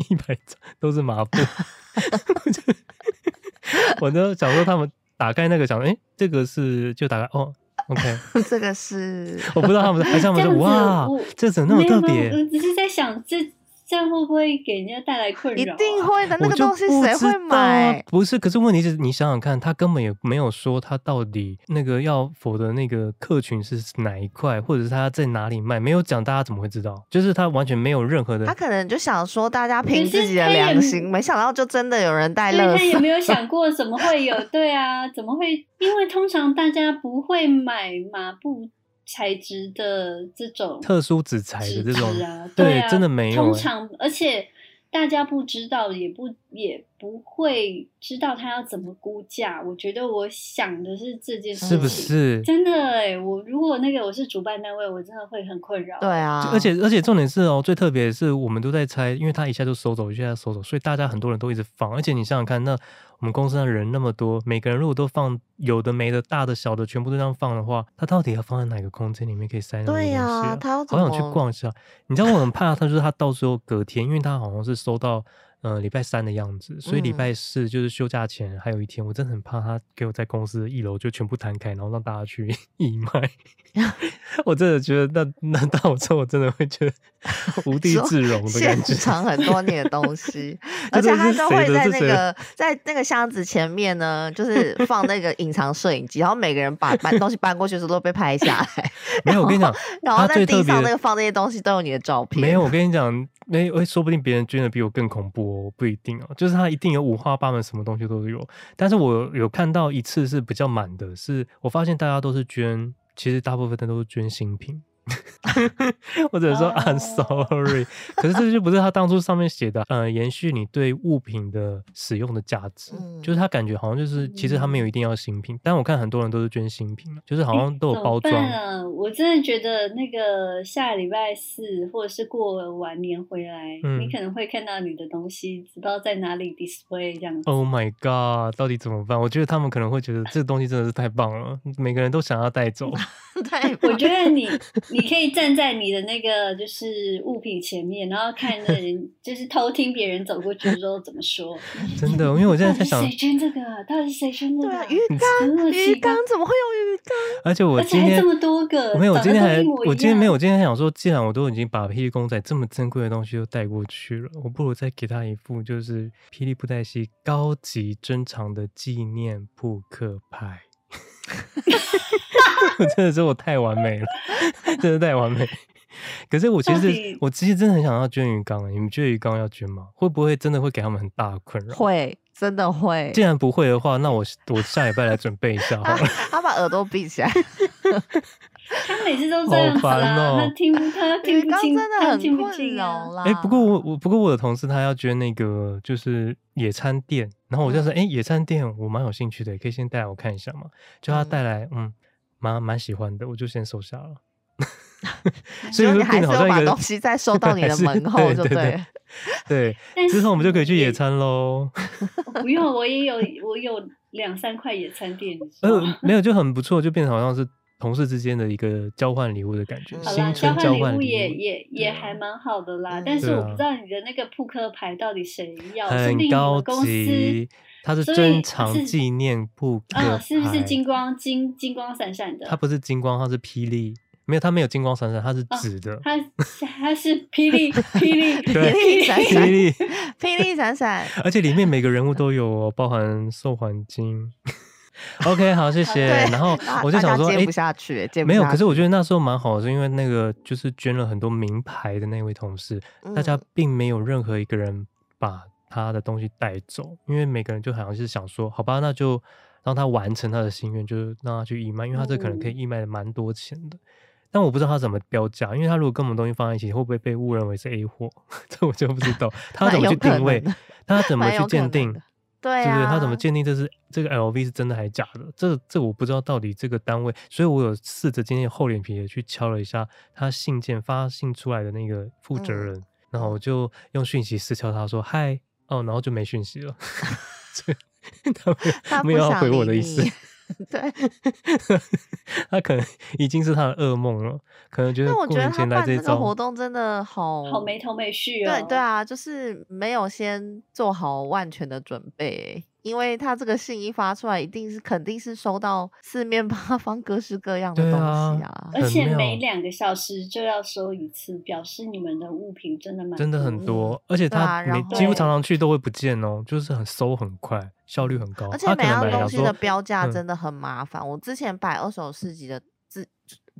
[SPEAKER 3] 一百张都是麻
[SPEAKER 6] [laughs]
[SPEAKER 3] 布，我就想说他们打开那个想，哎、这个是就打开哦，OK，
[SPEAKER 5] [laughs] 这个是
[SPEAKER 3] 我不知道他们还是
[SPEAKER 6] 这
[SPEAKER 3] 他们
[SPEAKER 6] 样
[SPEAKER 3] 说
[SPEAKER 6] 子
[SPEAKER 3] 哇
[SPEAKER 6] 我，
[SPEAKER 3] 这怎么那么
[SPEAKER 6] 没有
[SPEAKER 3] 特
[SPEAKER 6] 没有我
[SPEAKER 3] 别？
[SPEAKER 6] 只是在想，这这样会不会给人家带来困
[SPEAKER 5] 一
[SPEAKER 6] 扰啊、
[SPEAKER 5] 定会的，那
[SPEAKER 3] 我
[SPEAKER 5] 个
[SPEAKER 3] 就
[SPEAKER 5] 东西
[SPEAKER 3] 不
[SPEAKER 5] 谁
[SPEAKER 3] 知
[SPEAKER 5] 会
[SPEAKER 3] 道啊
[SPEAKER 5] 买？
[SPEAKER 3] 不是，可是问题是你想想看，他根本也没有说他到底那个要否的那个客群是哪一块，或者是他在哪里卖，没有讲，大家怎么会知道？就是他完全没有任何的
[SPEAKER 5] 他。可能就想说大家
[SPEAKER 6] 可
[SPEAKER 5] 凭自
[SPEAKER 6] 是
[SPEAKER 5] 己的
[SPEAKER 6] 他也
[SPEAKER 5] 良心，没想到就真的有人带
[SPEAKER 6] 所
[SPEAKER 5] 乐
[SPEAKER 6] 以他也
[SPEAKER 5] 色。
[SPEAKER 6] 没有
[SPEAKER 3] [laughs]
[SPEAKER 6] 想过怎么会有对啊？怎么会？因为通常大家不会买麻布材质的这种
[SPEAKER 3] 特殊纸材
[SPEAKER 6] 纸
[SPEAKER 3] 的这种
[SPEAKER 6] 质，啊，
[SPEAKER 3] 对
[SPEAKER 6] 啊，
[SPEAKER 3] 真的没有
[SPEAKER 6] 通
[SPEAKER 3] 欸
[SPEAKER 6] 常，而且大家不知道，也不也不会知道他要怎么估价。我觉得我想的是这件事情，
[SPEAKER 3] 是不是？
[SPEAKER 6] 真的哎、我如果那个我是主办单位，我真的会很困扰。
[SPEAKER 5] 对啊， [laughs]
[SPEAKER 3] 而且而且重点是哦，最特别的是我们都在猜，因为他一下就收走，一下就收走，所以大家很多人都一直放。而且你想想看，那我们公司的人那么多，每个人如果都放有的没的、大的小的，全部都这样放的话，他到底要放在哪个空间里面可以塞那么多东
[SPEAKER 5] 对
[SPEAKER 3] 西、
[SPEAKER 5] 呀、
[SPEAKER 3] 啊？
[SPEAKER 5] 他要怎
[SPEAKER 3] 好
[SPEAKER 5] 么
[SPEAKER 3] 想去逛一下。你知道我很怕他，就是他到时候隔天，因为他好像是收到呃礼拜三的样子，所以礼
[SPEAKER 5] 嗯
[SPEAKER 3] 拜四就是休假前还有一天，我真的很怕他给我在公司的一楼就全部摊开，然后让大家去 [laughs] 义卖。 [laughs] 我真的觉得那那到时候我真的会
[SPEAKER 5] [laughs]
[SPEAKER 3] 觉得无地
[SPEAKER 5] 说
[SPEAKER 3] 自容的感
[SPEAKER 5] 现
[SPEAKER 3] 觉。，
[SPEAKER 5] 场很多你的东西
[SPEAKER 3] [laughs]
[SPEAKER 5] 而
[SPEAKER 3] 这
[SPEAKER 5] 且
[SPEAKER 3] 都
[SPEAKER 5] 他
[SPEAKER 3] 是
[SPEAKER 5] 都
[SPEAKER 3] 谁
[SPEAKER 5] 会
[SPEAKER 3] 的
[SPEAKER 5] 在
[SPEAKER 3] 这
[SPEAKER 5] 那
[SPEAKER 3] 谁的
[SPEAKER 5] 个在那个箱子前面呢，就是放那个隐藏摄影机，然后每个人把搬东西搬过去的时候都被拍下来，
[SPEAKER 3] 没有，我跟你讲，
[SPEAKER 5] [laughs] 然后
[SPEAKER 3] 他最
[SPEAKER 5] 在
[SPEAKER 3] 特
[SPEAKER 5] 地
[SPEAKER 3] 别
[SPEAKER 5] 上那
[SPEAKER 3] 的
[SPEAKER 5] 个放那些东西都有你的照片。
[SPEAKER 3] 没有，我跟你讲，没，诶说不定别人捐的比我更恐怖哦，不一定哦。就是他一定有五花八门，什么东西都有。但是我有看到一次是比较满的，是我发现大家都是捐，其实大部分的都是捐新品。 [laughs] 我只能说
[SPEAKER 6] 哦
[SPEAKER 3] I'm sorry，可是这就不是他当初上面写的，呃，延续你对物品的使用的价值，
[SPEAKER 5] 嗯
[SPEAKER 3] 就是他感觉好像就是其实他没有一定要新品，但我看很多人都是捐新品，就是好像都有
[SPEAKER 6] 怎
[SPEAKER 3] 包
[SPEAKER 6] 么
[SPEAKER 3] 装，
[SPEAKER 6] 办啊？我真的觉得那个下礼拜四或者是过完年回来，
[SPEAKER 3] 嗯
[SPEAKER 6] 你可能会看到你的东西，不知道在哪里 display 这样子。
[SPEAKER 3] Oh my god！到底怎么办？我觉得他们可能会觉得这东西真的是太棒了，每个人都想要带走。
[SPEAKER 5] [laughs] 对，
[SPEAKER 6] 我觉得你你可以站在你的那个就是物品前面，然后看那人就是偷听别人走过去的时候怎么说。
[SPEAKER 3] 真的，因为我现在
[SPEAKER 6] 到
[SPEAKER 3] 在
[SPEAKER 6] 底 [laughs]
[SPEAKER 3] 想，
[SPEAKER 6] 谁捐这个啊？到底谁捐这
[SPEAKER 5] 对
[SPEAKER 6] 个
[SPEAKER 5] 啊，
[SPEAKER 6] 啊？
[SPEAKER 5] 鱼
[SPEAKER 6] 怎么那
[SPEAKER 5] 缸，
[SPEAKER 6] 么
[SPEAKER 5] 鱼
[SPEAKER 6] 奇怪
[SPEAKER 5] 缸怎么会有鱼缸？
[SPEAKER 3] 而且我
[SPEAKER 6] 而且
[SPEAKER 3] 今
[SPEAKER 6] 还
[SPEAKER 3] 天
[SPEAKER 6] 这么多个，
[SPEAKER 3] 没有，我
[SPEAKER 6] 长
[SPEAKER 3] 今
[SPEAKER 6] 得
[SPEAKER 3] 天
[SPEAKER 6] 都
[SPEAKER 3] 还
[SPEAKER 6] 一模一
[SPEAKER 3] 我今天没有，
[SPEAKER 6] 样
[SPEAKER 3] 我今天还想说，既然我都已经把《霹雳公仔》这么珍贵的东西都带过去了，我不如再给他一副就是《霹雳布袋戏》高级珍藏的纪念扑克
[SPEAKER 6] [laughs]
[SPEAKER 3] 牌。我真的是我太完美了，真的太完美。可是我其
[SPEAKER 6] 到
[SPEAKER 3] 实
[SPEAKER 6] 底
[SPEAKER 3] 我其实真的很想要捐鱼缸、欸，你们觉得鱼缸要捐吗？会不会真的会给他们很大的困扰？
[SPEAKER 2] 会真的会
[SPEAKER 3] 既然不会的话，那我我下礼拜来准备一下好
[SPEAKER 5] 他
[SPEAKER 3] 了。
[SPEAKER 5] [laughs] 他把耳朵闭起来，
[SPEAKER 6] 他每次都这样子
[SPEAKER 3] 好烦
[SPEAKER 6] 啦，
[SPEAKER 3] 哦
[SPEAKER 6] 他听不他 [laughs] 听
[SPEAKER 5] 鱼
[SPEAKER 6] 不
[SPEAKER 5] 缸
[SPEAKER 6] 清，
[SPEAKER 5] 真的
[SPEAKER 6] 他听
[SPEAKER 5] 很
[SPEAKER 6] 不
[SPEAKER 5] 困
[SPEAKER 6] 清
[SPEAKER 5] 扰
[SPEAKER 6] 啊。
[SPEAKER 5] 啦。
[SPEAKER 3] 哎、不过我我不过我的同事他要捐那个就是野餐垫，然后我就
[SPEAKER 6] 嗯
[SPEAKER 3] 说，哎、野餐垫我蛮有兴趣的，可以先带来我看一下嘛。就他带来，嗯，蛮蛮喜欢的，我就先收
[SPEAKER 6] [laughs]
[SPEAKER 3] 下了。所以
[SPEAKER 5] 就
[SPEAKER 3] 会
[SPEAKER 5] 你
[SPEAKER 3] 变
[SPEAKER 5] 还
[SPEAKER 3] 得
[SPEAKER 5] 是
[SPEAKER 3] 好
[SPEAKER 5] 要
[SPEAKER 3] 像
[SPEAKER 5] 把
[SPEAKER 3] 一个
[SPEAKER 5] 东西再收到你的
[SPEAKER 3] 还是
[SPEAKER 5] 门后，就
[SPEAKER 3] 对
[SPEAKER 5] 了
[SPEAKER 6] [laughs]
[SPEAKER 3] 对。对
[SPEAKER 6] 但
[SPEAKER 3] 之后我们就可以去
[SPEAKER 6] 是
[SPEAKER 3] 野餐
[SPEAKER 6] [laughs]
[SPEAKER 3] 喽。
[SPEAKER 6] 不用，我也有我有两三块野餐垫。你知道吗
[SPEAKER 3] 呃，没有就很不错，就变成好像是同事之间的一个交换礼物的感觉，
[SPEAKER 5] 嗯
[SPEAKER 6] 好啦，交
[SPEAKER 3] 新春交
[SPEAKER 6] 换
[SPEAKER 3] 换
[SPEAKER 6] 礼物
[SPEAKER 3] 礼
[SPEAKER 6] 也
[SPEAKER 3] 物。
[SPEAKER 6] 也也
[SPEAKER 3] 对啊
[SPEAKER 6] 还蛮好的啦
[SPEAKER 5] 嗯，
[SPEAKER 6] 但是
[SPEAKER 3] 对
[SPEAKER 6] 我
[SPEAKER 3] 啊
[SPEAKER 6] 不知道你的那个扑克牌到底谁要，说不定
[SPEAKER 3] 很
[SPEAKER 6] 你
[SPEAKER 3] 高
[SPEAKER 6] 们公司
[SPEAKER 3] 级，它是
[SPEAKER 6] 所以
[SPEAKER 3] 珍藏
[SPEAKER 6] 是
[SPEAKER 3] 纪念布克
[SPEAKER 6] 啊，是不是
[SPEAKER 3] 牌
[SPEAKER 6] 金光金金光闪闪的？
[SPEAKER 3] 它不是金光，它是霹雳。没有，它没有金光闪闪，它是
[SPEAKER 5] 哦
[SPEAKER 3] 紫的。
[SPEAKER 6] 它它是霹
[SPEAKER 3] [laughs]
[SPEAKER 6] 雳霹雳
[SPEAKER 3] 对
[SPEAKER 5] 霹雳
[SPEAKER 6] 霹
[SPEAKER 5] 闪
[SPEAKER 6] 雳，
[SPEAKER 5] 闪
[SPEAKER 3] 霹雳，
[SPEAKER 5] 霹雳闪闪，
[SPEAKER 3] 而且里面每个人物都有哦，包含寿环金。OK，好，谢谢。
[SPEAKER 5] [laughs] 对啊
[SPEAKER 3] 然后
[SPEAKER 5] 大
[SPEAKER 3] 我就想
[SPEAKER 5] 大家
[SPEAKER 3] 说，
[SPEAKER 5] 接
[SPEAKER 3] 哎
[SPEAKER 5] 不下去哎接不
[SPEAKER 3] 没有。
[SPEAKER 5] 下
[SPEAKER 3] 可是我
[SPEAKER 5] 去
[SPEAKER 3] 觉得那时候蛮好的，是因为那个就是捐了很多名牌的那位同事， [laughs] 大家
[SPEAKER 5] 嗯
[SPEAKER 3] 并没有任何一个人把他的东西带走，因为每个人就好像是想说，好吧，那就让他完成他的心愿，就是让他去义卖，因为他这可能
[SPEAKER 5] 嗯
[SPEAKER 3] 可以义卖的蛮多钱的。但我不知道他怎么标价，因为他如果跟我们东西放在一起，会不会被误认为是 A 货？ [laughs] 这我就不知道，
[SPEAKER 5] [laughs]
[SPEAKER 3] 他要怎么去定位
[SPEAKER 5] 蛮有可能的，
[SPEAKER 3] [laughs] 他怎么
[SPEAKER 5] 蛮有
[SPEAKER 3] 去
[SPEAKER 5] 可
[SPEAKER 3] 鉴
[SPEAKER 5] 能
[SPEAKER 3] 定
[SPEAKER 5] 的，对
[SPEAKER 3] 对不对？
[SPEAKER 5] 啊，
[SPEAKER 3] 他怎么鉴定这是这个 LV 是真的还是假的？这这我不知道到底这个单位，所以我有试着今天厚脸皮的去敲了一下他信件发信出来的那个负责
[SPEAKER 5] 嗯
[SPEAKER 3] 人，然后我就用讯息私敲他说嗨哦，然后就没讯息
[SPEAKER 5] [laughs]
[SPEAKER 3] 了，所以他没有没
[SPEAKER 5] 他不
[SPEAKER 3] 有要
[SPEAKER 5] 想
[SPEAKER 3] 回我的
[SPEAKER 5] 理
[SPEAKER 3] 意
[SPEAKER 5] [laughs]
[SPEAKER 3] 思
[SPEAKER 5] 你。对，
[SPEAKER 3] 他可能已经是他的噩梦了，可能觉得
[SPEAKER 5] 但我
[SPEAKER 3] 过
[SPEAKER 5] 觉得
[SPEAKER 3] 年
[SPEAKER 5] 他
[SPEAKER 3] 前来
[SPEAKER 5] 办
[SPEAKER 3] 这一
[SPEAKER 5] 这个活
[SPEAKER 3] 招，
[SPEAKER 5] 动真的好
[SPEAKER 6] [laughs] 好没头没绪哦。
[SPEAKER 5] 对对，啊，就是没有先做好万全的准备，因为他这个信一发出来，一定是肯定是收到四面八方各式各样的
[SPEAKER 3] 对
[SPEAKER 5] 东
[SPEAKER 3] 啊
[SPEAKER 5] 西啊。
[SPEAKER 6] 而且
[SPEAKER 3] 很
[SPEAKER 6] 每
[SPEAKER 3] 妙
[SPEAKER 6] 两个小时就要收一次，表示你们的物品真的蛮
[SPEAKER 3] 真的
[SPEAKER 6] 多
[SPEAKER 3] 很
[SPEAKER 5] 嗯
[SPEAKER 3] 多，而且
[SPEAKER 5] 对
[SPEAKER 3] 他
[SPEAKER 5] 啊然
[SPEAKER 3] 每
[SPEAKER 5] 后
[SPEAKER 3] 几乎常常去都会不见哦，就是很搜很快，效率很高，
[SPEAKER 5] 而且
[SPEAKER 3] 哦他可
[SPEAKER 5] 每
[SPEAKER 3] 能
[SPEAKER 5] 样
[SPEAKER 3] 本来
[SPEAKER 5] 东
[SPEAKER 3] 想
[SPEAKER 5] 西
[SPEAKER 3] 说
[SPEAKER 5] 的标价
[SPEAKER 3] 嗯
[SPEAKER 5] 真的很麻烦。我之前摆二手市集的自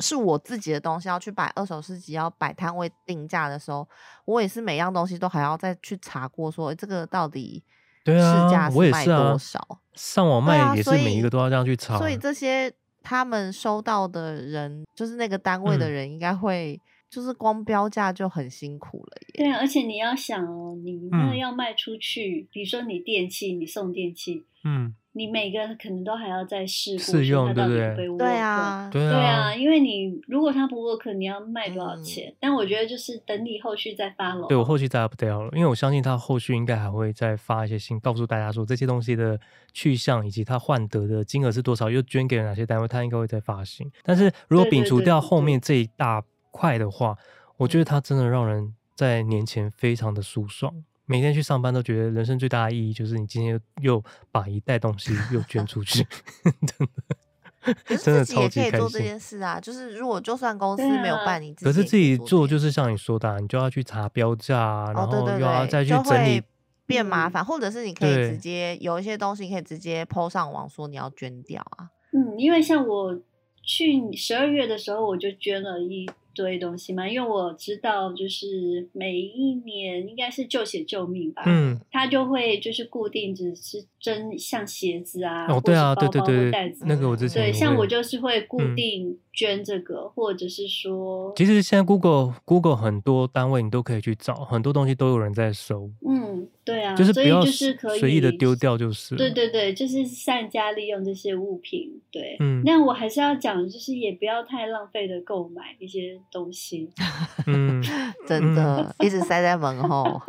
[SPEAKER 5] 是我自己的东西，要去摆二手市集，要摆摊位定价的时候，我也是每样东西都还要再去查过说，诶这个到底
[SPEAKER 3] 对
[SPEAKER 5] 市
[SPEAKER 3] 啊
[SPEAKER 5] 价，
[SPEAKER 3] 我也
[SPEAKER 5] 卖
[SPEAKER 3] 是啊，
[SPEAKER 5] 多少？
[SPEAKER 3] 上网
[SPEAKER 5] 对啊
[SPEAKER 3] 卖也是
[SPEAKER 5] 所
[SPEAKER 3] 每一
[SPEAKER 5] 以
[SPEAKER 3] 个都要这样去啊查，
[SPEAKER 5] 所以这些他们收到的人，就是那个单位的
[SPEAKER 3] 嗯
[SPEAKER 5] 人，应该会、就是光标价就很辛苦了耶。
[SPEAKER 6] 对啊，而且你要想哦，你那个
[SPEAKER 3] 嗯
[SPEAKER 6] 要卖出去，比如说你电器，你送电器，
[SPEAKER 3] 嗯，
[SPEAKER 6] 你每个可能都还要再试过，
[SPEAKER 3] 试
[SPEAKER 6] 说
[SPEAKER 3] 用
[SPEAKER 6] 它到
[SPEAKER 3] 对不
[SPEAKER 6] 底
[SPEAKER 3] 对
[SPEAKER 6] 会不会 work
[SPEAKER 5] 对。啊，
[SPEAKER 3] 对
[SPEAKER 6] 对
[SPEAKER 3] 啊
[SPEAKER 6] 啊，，因为你如果它不 work，你要卖多少钱？但我觉得就是等你后续再发了。
[SPEAKER 3] 对我后续再 update 好了，因为我相信他后续应该还会再发一些信，告诉大家说这些东西的去向以及他换得的金额是多少，又捐给了哪些单位，他应该会再发信。但是如果
[SPEAKER 6] 对对
[SPEAKER 3] 摒除
[SPEAKER 6] 对
[SPEAKER 3] 掉
[SPEAKER 6] 对
[SPEAKER 3] 后
[SPEAKER 6] 对
[SPEAKER 3] 面这一大块的话，我
[SPEAKER 5] 嗯
[SPEAKER 3] 觉得他真的让人在年前非常的舒爽。每天去上班都觉得人生最大的意义就是你今天又又把一袋东西
[SPEAKER 5] [laughs]
[SPEAKER 3] 又捐出去， [laughs] 真
[SPEAKER 5] 可
[SPEAKER 3] 的，
[SPEAKER 5] 是
[SPEAKER 3] 真的
[SPEAKER 5] 自己
[SPEAKER 3] 超
[SPEAKER 5] 也
[SPEAKER 3] 级
[SPEAKER 5] 可以
[SPEAKER 3] 开
[SPEAKER 5] 做这
[SPEAKER 3] 心。
[SPEAKER 5] 件事啊，就是如果就算公司
[SPEAKER 6] 对
[SPEAKER 5] 没有
[SPEAKER 6] 啊
[SPEAKER 5] 办，你自己
[SPEAKER 3] 可是
[SPEAKER 5] 也
[SPEAKER 3] 自己
[SPEAKER 5] 以做
[SPEAKER 3] 做
[SPEAKER 5] 这件
[SPEAKER 3] 就
[SPEAKER 5] 事
[SPEAKER 3] 是像你说的、啊，你就要去查标价、啊，然
[SPEAKER 5] 哦，对
[SPEAKER 3] 后
[SPEAKER 5] 对
[SPEAKER 3] 又要
[SPEAKER 5] 对，
[SPEAKER 3] 再去
[SPEAKER 5] 就
[SPEAKER 3] 整理
[SPEAKER 5] 会变麻
[SPEAKER 6] 嗯
[SPEAKER 5] 烦，或者是你可以直
[SPEAKER 3] 对
[SPEAKER 5] 接有一些东西，你可以直接 PO 上网说你要捐掉啊。
[SPEAKER 6] 嗯，因为像我去十二月的时候，我就捐了一堆东西嘛，因为我知道就是每一年应该是救血救命吧，
[SPEAKER 3] 嗯，
[SPEAKER 6] 它就会就是固定只是针像鞋子啊，
[SPEAKER 3] 哦，
[SPEAKER 6] 或
[SPEAKER 3] 对
[SPEAKER 6] 是
[SPEAKER 3] 啊，对
[SPEAKER 6] 包
[SPEAKER 3] 对
[SPEAKER 6] 包或
[SPEAKER 3] 对
[SPEAKER 6] 袋
[SPEAKER 3] 对，
[SPEAKER 6] 子。
[SPEAKER 3] 那个我之
[SPEAKER 5] 嗯
[SPEAKER 3] 前
[SPEAKER 6] 对，
[SPEAKER 3] 也
[SPEAKER 6] 像
[SPEAKER 3] 会
[SPEAKER 6] 我就是会固
[SPEAKER 3] 嗯
[SPEAKER 6] 定捐这个，或者是说，
[SPEAKER 3] 其实现在 Google Google 很多单位你都可以去找，很多东西都有人在收。
[SPEAKER 6] 嗯，对啊，
[SPEAKER 3] 就是不
[SPEAKER 6] 所以
[SPEAKER 3] 要
[SPEAKER 6] 就是可以
[SPEAKER 3] 随意的丢掉就是了。
[SPEAKER 6] 对对对，就是善加利用这些物品。对，
[SPEAKER 3] 嗯
[SPEAKER 6] 那我还是要讲，就是也不要太浪费的购买一些东西。 [laughs]
[SPEAKER 3] 嗯，
[SPEAKER 5] 真的，一直塞在门
[SPEAKER 3] [laughs]
[SPEAKER 5] 后。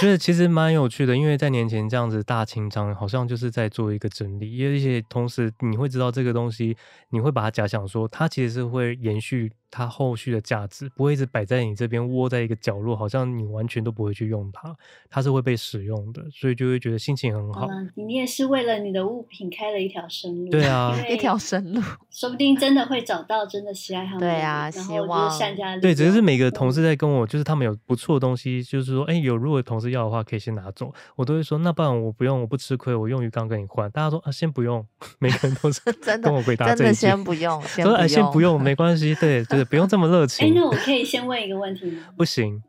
[SPEAKER 3] 就是其实蛮有趣的，因为在年前这样子大清仓，好像就是在做一个整理，因为一些同时你会知道这个东西，你会把它假想说它其实是会延续它后续的价值，不会一直摆在你这边窝在一个角落，好像你完全都不会去用它，它是会被使用的，所以就会觉得心情很
[SPEAKER 6] 好
[SPEAKER 3] 好。
[SPEAKER 6] 了，嗯你也是为了你的物品开了一条生路。
[SPEAKER 3] 对啊
[SPEAKER 6] 因为
[SPEAKER 5] 一条生路，
[SPEAKER 6] 说不定真的会找到真的喜爱他们的人。
[SPEAKER 5] 对啊
[SPEAKER 6] 然
[SPEAKER 5] 希
[SPEAKER 6] 后就
[SPEAKER 5] 望
[SPEAKER 6] 是善加利用。嗯
[SPEAKER 3] 对，只是每个同
[SPEAKER 5] 嗯
[SPEAKER 3] 事在跟我，就是他们有不错的东西，就是说，哎，有如果同事要的话，可以先拿走。我都会说，那不然我不用，我不吃亏，我用鱼缸跟你换。大家说啊，先不用，每个人都是
[SPEAKER 5] [laughs] 真的
[SPEAKER 3] 跟我回答
[SPEAKER 5] 真
[SPEAKER 3] 这一
[SPEAKER 5] 的
[SPEAKER 3] 句。
[SPEAKER 5] 先不用，先
[SPEAKER 3] 说哎，先不
[SPEAKER 5] 不
[SPEAKER 3] 用，
[SPEAKER 5] [laughs]
[SPEAKER 3] 没关系，对对，不用这么热
[SPEAKER 6] 哎，
[SPEAKER 3] 情
[SPEAKER 6] 那，我可以先问一个问题吗？
[SPEAKER 3] 不行，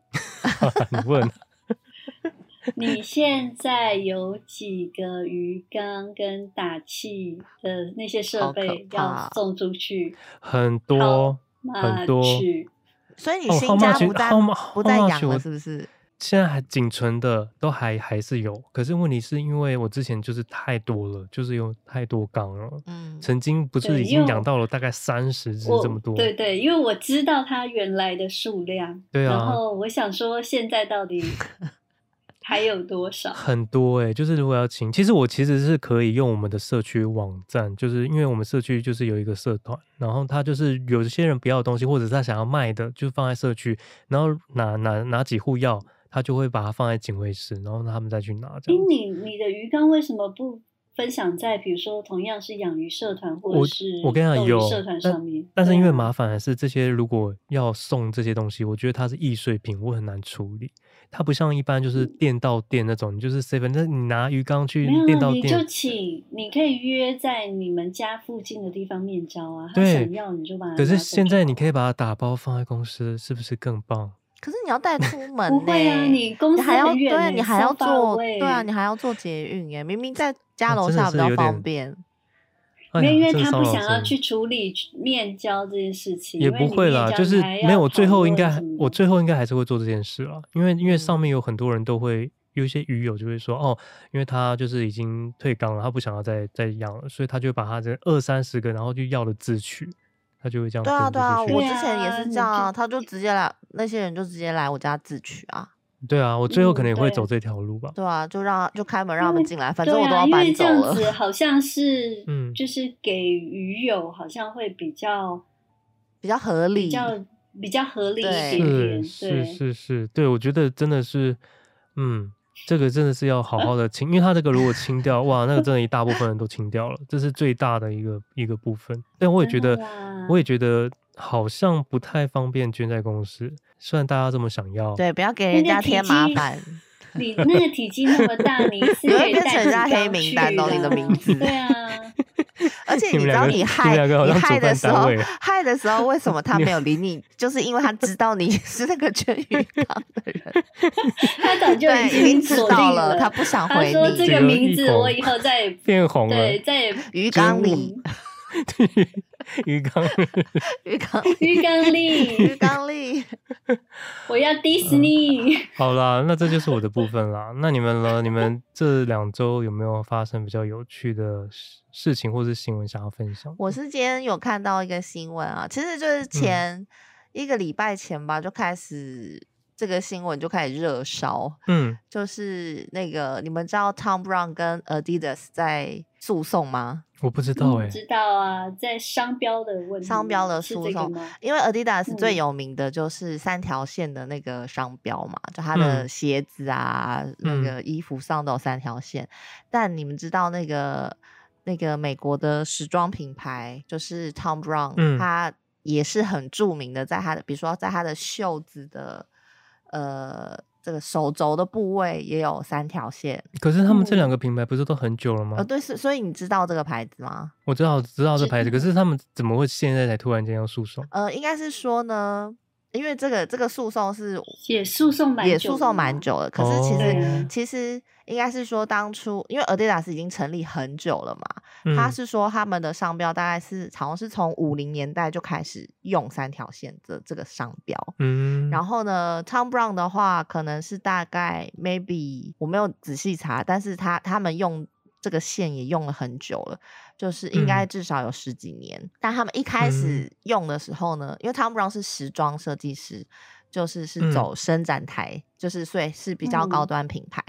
[SPEAKER 3] 你
[SPEAKER 5] [laughs]
[SPEAKER 3] 问，
[SPEAKER 6] 你现在有几个鱼缸跟打气的那些设
[SPEAKER 5] 好可
[SPEAKER 6] 备
[SPEAKER 5] 怕
[SPEAKER 6] 要送出去？
[SPEAKER 3] 很多
[SPEAKER 6] 好
[SPEAKER 3] 很
[SPEAKER 6] 那
[SPEAKER 3] 多
[SPEAKER 6] 去
[SPEAKER 5] [laughs] 所以你
[SPEAKER 3] 哦，
[SPEAKER 5] 新
[SPEAKER 3] 号
[SPEAKER 5] 家
[SPEAKER 3] 码
[SPEAKER 5] 不在不在养了，是不是？
[SPEAKER 3] [laughs] 现在还仅存的都还还是有，可是问题是因为我之前就是太多了，就是有太多缸了。
[SPEAKER 5] 嗯，
[SPEAKER 3] 曾经不是
[SPEAKER 6] 对
[SPEAKER 3] 已
[SPEAKER 6] 因
[SPEAKER 3] 经
[SPEAKER 6] 为
[SPEAKER 3] 养
[SPEAKER 6] 我
[SPEAKER 3] 到了大概三十只
[SPEAKER 6] 我
[SPEAKER 3] 这么多，
[SPEAKER 6] 对对，因为我知道它原来的数量，
[SPEAKER 3] 对啊
[SPEAKER 6] 然后我想说现在到
[SPEAKER 5] [laughs]
[SPEAKER 6] 底还有多
[SPEAKER 3] [laughs]
[SPEAKER 6] 少？
[SPEAKER 3] 很多哎、就是如果要请，其实我其实是可以用我们的社区网站，就是因为我们社区就是有一个社团，然后他就是有些人不要的东西，或者是他想要卖的，就放在社区，然后哪哪哪几户要，他就会把它放在警卫室，然后他们再去拿这
[SPEAKER 6] 哎
[SPEAKER 3] 样，子。
[SPEAKER 6] 你你的鱼缸为什么不分享在比如说同样是养鱼社团或
[SPEAKER 3] 我
[SPEAKER 6] 者是
[SPEAKER 3] 我跟你讲
[SPEAKER 6] 斗鱼
[SPEAKER 3] 有
[SPEAKER 6] 社团上面？啊
[SPEAKER 3] 但是因为麻
[SPEAKER 6] 烦，
[SPEAKER 3] 烦的是，这些如果要送这些东西，我觉得它是易碎品，我很难处理。它不像一般就是店到店那种，你就是 seven，那你拿鱼缸去
[SPEAKER 6] 嗯没有
[SPEAKER 3] 店
[SPEAKER 6] 啊
[SPEAKER 3] 到
[SPEAKER 6] 你就
[SPEAKER 3] 店，
[SPEAKER 6] 请你可以约在你们家附近的地方面交啊，他
[SPEAKER 3] 对
[SPEAKER 6] 想要你就把它拿走
[SPEAKER 3] 可
[SPEAKER 6] 就好。
[SPEAKER 3] 是现在你可以把它打包放在公司，是不是更棒？
[SPEAKER 5] 可是你要带
[SPEAKER 3] [laughs]
[SPEAKER 5] 出门
[SPEAKER 6] 不会啊，
[SPEAKER 5] 呢
[SPEAKER 6] 你公司
[SPEAKER 5] 你还要
[SPEAKER 6] 很远
[SPEAKER 5] 对，啊
[SPEAKER 6] 呢
[SPEAKER 5] 你还要
[SPEAKER 6] 三八五
[SPEAKER 5] 坐
[SPEAKER 6] 位
[SPEAKER 5] 对啊，你还要坐捷运耶，明明在家
[SPEAKER 3] 啊
[SPEAKER 5] 楼
[SPEAKER 3] 真的
[SPEAKER 5] 下比
[SPEAKER 3] 是
[SPEAKER 5] 较
[SPEAKER 3] 有
[SPEAKER 5] 方
[SPEAKER 3] 点
[SPEAKER 5] 便。
[SPEAKER 3] 哎
[SPEAKER 6] 没
[SPEAKER 3] 呀
[SPEAKER 6] 有，因为
[SPEAKER 3] 这个
[SPEAKER 6] 他
[SPEAKER 3] 骚
[SPEAKER 6] 不
[SPEAKER 3] 扰
[SPEAKER 6] 想要
[SPEAKER 3] 真
[SPEAKER 6] 去处理面交这件事情，
[SPEAKER 3] 也
[SPEAKER 6] 因为
[SPEAKER 3] 不
[SPEAKER 6] 你
[SPEAKER 3] 会
[SPEAKER 6] 面
[SPEAKER 3] 啦，
[SPEAKER 6] 交
[SPEAKER 3] 就
[SPEAKER 6] 你
[SPEAKER 3] 是
[SPEAKER 6] 还
[SPEAKER 3] 没
[SPEAKER 6] 要
[SPEAKER 3] 有，我最
[SPEAKER 6] 讨
[SPEAKER 3] 后应
[SPEAKER 6] 论
[SPEAKER 3] 该
[SPEAKER 6] 什
[SPEAKER 3] 还
[SPEAKER 6] 么
[SPEAKER 3] 我最后应该还是会做这件事啦，因为因为
[SPEAKER 5] 嗯
[SPEAKER 3] 上面有很多人都会有一些鱼友就会说哦，因为他就是已经退缸了，他不想要再再养了，所以他就把他这二三十个然后就要了自取，他就会这样
[SPEAKER 5] 对啊，
[SPEAKER 3] 分
[SPEAKER 5] 对啊，
[SPEAKER 3] 出去
[SPEAKER 5] 我
[SPEAKER 6] 对
[SPEAKER 5] 之前也
[SPEAKER 6] 啊
[SPEAKER 5] 是
[SPEAKER 6] 你
[SPEAKER 5] 这样啊，
[SPEAKER 6] 就
[SPEAKER 5] 他就直接来，那些人就直接来我家自取啊，
[SPEAKER 3] 对啊，我最后可
[SPEAKER 6] 嗯
[SPEAKER 3] 能也会
[SPEAKER 6] 对
[SPEAKER 3] 走这条路吧。
[SPEAKER 5] 对啊，就让就开门让他
[SPEAKER 6] 因
[SPEAKER 5] 们
[SPEAKER 6] 为
[SPEAKER 5] 进来，反
[SPEAKER 6] 对
[SPEAKER 5] 正我都要
[SPEAKER 6] 啊，因为
[SPEAKER 5] 搬走
[SPEAKER 6] 这样
[SPEAKER 5] 了。
[SPEAKER 6] 子好像是，
[SPEAKER 3] [laughs] 嗯
[SPEAKER 6] 就是给鱼友好像会比较
[SPEAKER 5] 比较合理
[SPEAKER 6] 比较比较合理一
[SPEAKER 5] 对
[SPEAKER 6] 点点，
[SPEAKER 3] 是
[SPEAKER 6] 对
[SPEAKER 3] 是是是，对我觉得真的是，嗯，这个真的是要好好的清，因为他这个如果清掉，哇，那个真的一大部分人都清掉了，这是最大的一个一个部分。但我也觉
[SPEAKER 6] 真的
[SPEAKER 3] 得
[SPEAKER 6] 啦，
[SPEAKER 3] 我也觉得好像不太方便捐在公司，虽然大家这么想要，
[SPEAKER 5] 对，不要给
[SPEAKER 6] 那
[SPEAKER 5] 人
[SPEAKER 6] 个
[SPEAKER 5] 家
[SPEAKER 6] 体
[SPEAKER 5] 添
[SPEAKER 6] [laughs]
[SPEAKER 5] 麻
[SPEAKER 6] 积
[SPEAKER 5] 烦。
[SPEAKER 6] 你那个体积那么大，你一次
[SPEAKER 5] 你会
[SPEAKER 6] 可以
[SPEAKER 5] 变
[SPEAKER 6] 带
[SPEAKER 5] 成
[SPEAKER 6] 几
[SPEAKER 5] 人家黑
[SPEAKER 6] 缸
[SPEAKER 5] 名
[SPEAKER 6] 去
[SPEAKER 5] 单哦你的
[SPEAKER 6] 啦
[SPEAKER 5] 名字
[SPEAKER 6] 对啊，
[SPEAKER 5] 而且
[SPEAKER 3] 你们
[SPEAKER 5] 你知
[SPEAKER 3] 两
[SPEAKER 5] 道
[SPEAKER 3] 个
[SPEAKER 5] 你
[SPEAKER 3] 你们
[SPEAKER 5] 害
[SPEAKER 3] 两个好
[SPEAKER 5] 你
[SPEAKER 3] 像主
[SPEAKER 5] 害的
[SPEAKER 3] 办
[SPEAKER 5] 时
[SPEAKER 3] 单
[SPEAKER 5] 候
[SPEAKER 3] 位，
[SPEAKER 5] 害的时候为什么他没有理你？就是因为他知道你 [laughs] 是那个捐鱼缸的人，
[SPEAKER 6] 他早就
[SPEAKER 5] 对，已
[SPEAKER 6] 经
[SPEAKER 5] 经知
[SPEAKER 6] 锁定
[SPEAKER 5] 道了，他不想
[SPEAKER 6] 他
[SPEAKER 5] 回
[SPEAKER 6] 说这
[SPEAKER 5] 你。
[SPEAKER 3] 这
[SPEAKER 6] 个
[SPEAKER 3] 个
[SPEAKER 6] 名
[SPEAKER 3] 一
[SPEAKER 6] 字我
[SPEAKER 3] 口
[SPEAKER 6] 以后再也不
[SPEAKER 3] 变红了，
[SPEAKER 6] 对再也不
[SPEAKER 5] 鱼缸里，
[SPEAKER 3] 鱼缸 [laughs] 里，
[SPEAKER 5] 鱼缸，
[SPEAKER 6] 鱼缸
[SPEAKER 5] 鱼 [laughs]
[SPEAKER 6] 里，
[SPEAKER 5] 缸里，
[SPEAKER 6] 我要迪士尼。
[SPEAKER 3] 好啦，那这就是我的部分啦。那你们呢？你们这两周有没有发生比较有趣的事事情或是新闻想要分享？
[SPEAKER 5] 我是今天有看到一个新闻啊，其实
[SPEAKER 3] 嗯
[SPEAKER 5] 就是前一个礼拜前吧，就开始这个新闻就开始热烧，
[SPEAKER 3] 嗯，
[SPEAKER 5] 就是那个你们知道 Tom Brown 跟 Adidas 在诉讼吗？
[SPEAKER 3] 我不知道哎、
[SPEAKER 6] 嗯 [laughs] 知道啊，在商标的问题，
[SPEAKER 5] 商标的
[SPEAKER 6] 是
[SPEAKER 5] 诉
[SPEAKER 6] 这个
[SPEAKER 5] 讼
[SPEAKER 6] 吗？
[SPEAKER 5] 因为 Adidas
[SPEAKER 6] 嗯
[SPEAKER 5] 最有名的就是三条线的那个商标嘛，就它的
[SPEAKER 3] 嗯
[SPEAKER 5] 鞋子啊、
[SPEAKER 3] 嗯
[SPEAKER 5] 那个衣服上都有三条线。但你们知道那个那个美国的时装品牌就是 Tom Brown，、
[SPEAKER 3] 嗯
[SPEAKER 5] 它也是很著名的，在它的比如说在它的袖子的呃这个手肘的部位也有三条线。
[SPEAKER 3] 可是他们这
[SPEAKER 6] 嗯
[SPEAKER 3] 两个品牌不是都很久了吗？
[SPEAKER 5] 呃，哦对，所所以你知道这个牌子吗？
[SPEAKER 3] 我知道知道这
[SPEAKER 6] 知
[SPEAKER 3] 牌子，可是他们怎么会现在才突然间要诉讼？
[SPEAKER 5] 呃，应该是说呢，因为这个这个诉讼是
[SPEAKER 6] 也诉讼蛮
[SPEAKER 5] 也
[SPEAKER 6] 久
[SPEAKER 5] 诉
[SPEAKER 6] 的
[SPEAKER 5] 讼蛮
[SPEAKER 6] 嘛
[SPEAKER 5] 久了，可
[SPEAKER 3] 哦
[SPEAKER 5] 是其
[SPEAKER 6] 对
[SPEAKER 5] 实、
[SPEAKER 6] 啊
[SPEAKER 5] 其实应该是说当初因为 Adidas 已经成立很久了嘛，他
[SPEAKER 3] 嗯
[SPEAKER 5] 是说他们的商标大概是好像是从五零年代就开始用三条线的这个商标。
[SPEAKER 3] 嗯，
[SPEAKER 5] 然
[SPEAKER 3] 后
[SPEAKER 5] 后呢，Tom Brown 的话可能是大概 maybe 我没有仔细查，但是他他们用这个线也用了很久了，就是应该
[SPEAKER 3] 嗯
[SPEAKER 5] 至少有十几年。但他们一开始用的时候呢，因为 Tom Brown 是时装设计师，就是
[SPEAKER 3] 嗯哦
[SPEAKER 5] 是走伸展台，就是所以是比较高
[SPEAKER 6] 嗯
[SPEAKER 5] 端品牌，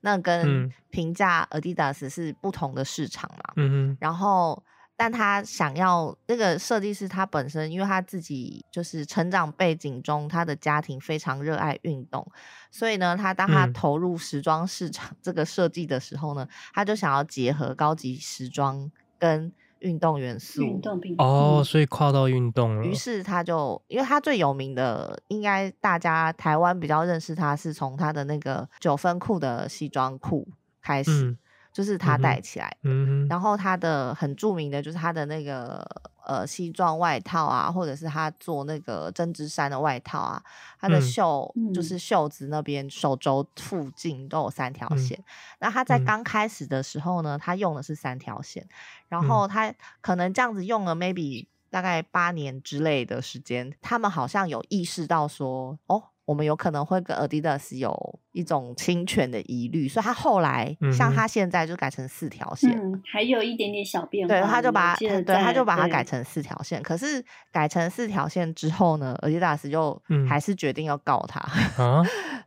[SPEAKER 5] 那跟
[SPEAKER 3] 嗯
[SPEAKER 5] 平价 Adidas 是不同的市场嘛。
[SPEAKER 3] 嗯
[SPEAKER 5] 然后，但他想要那个设计师，他本身因为他自己就是成长背景中，他的家庭非常热爱运动，所以呢，他当他
[SPEAKER 3] 嗯
[SPEAKER 5] 投入时装市场这个设计的时候呢，他就想要结合高级时装跟运动元素。
[SPEAKER 6] 运动品
[SPEAKER 3] 哼，哦，
[SPEAKER 6] 嗯
[SPEAKER 3] 所以跨到运动了
[SPEAKER 5] 于，是他就，因为他最有名的，应该大家台湾比较认识他，是从他的那个九分裤的西装裤开始，
[SPEAKER 3] 嗯
[SPEAKER 5] 就是
[SPEAKER 3] 嗯
[SPEAKER 5] 他
[SPEAKER 3] 哼
[SPEAKER 5] 带起来
[SPEAKER 3] 嗯哼，
[SPEAKER 5] 然后他的很著名的就是他的那个呃西装外套啊，或者是他做那个针织衫的外套啊，他的
[SPEAKER 3] 嗯
[SPEAKER 5] 袖、
[SPEAKER 6] 嗯
[SPEAKER 5] 就是袖子那边手肘附近都有三条
[SPEAKER 3] 嗯
[SPEAKER 5] 线。那他在
[SPEAKER 3] 嗯
[SPEAKER 5] 刚开始的时候呢，他用的是三条线，然
[SPEAKER 3] 嗯
[SPEAKER 5] 后他可能这样子用了 maybe 大概八年之类的时间，他们好像有意识到说，哦，我们有可能会跟 Adidas 有一种侵权的疑虑，所以他后来、
[SPEAKER 3] 嗯
[SPEAKER 5] 像
[SPEAKER 3] 哼
[SPEAKER 5] 他现在就改成四条线。
[SPEAKER 6] 嗯，还有一点点小变化，
[SPEAKER 5] 对，他就
[SPEAKER 6] 我
[SPEAKER 5] 把
[SPEAKER 6] 记
[SPEAKER 5] 它
[SPEAKER 6] 得
[SPEAKER 5] 对，他
[SPEAKER 6] 在
[SPEAKER 5] 就把它
[SPEAKER 6] 对
[SPEAKER 5] 改成四条线。可是改成四条线之后呢，Adidas 就
[SPEAKER 3] 嗯
[SPEAKER 5] 还是决定要告他， [laughs]
[SPEAKER 3] 啊，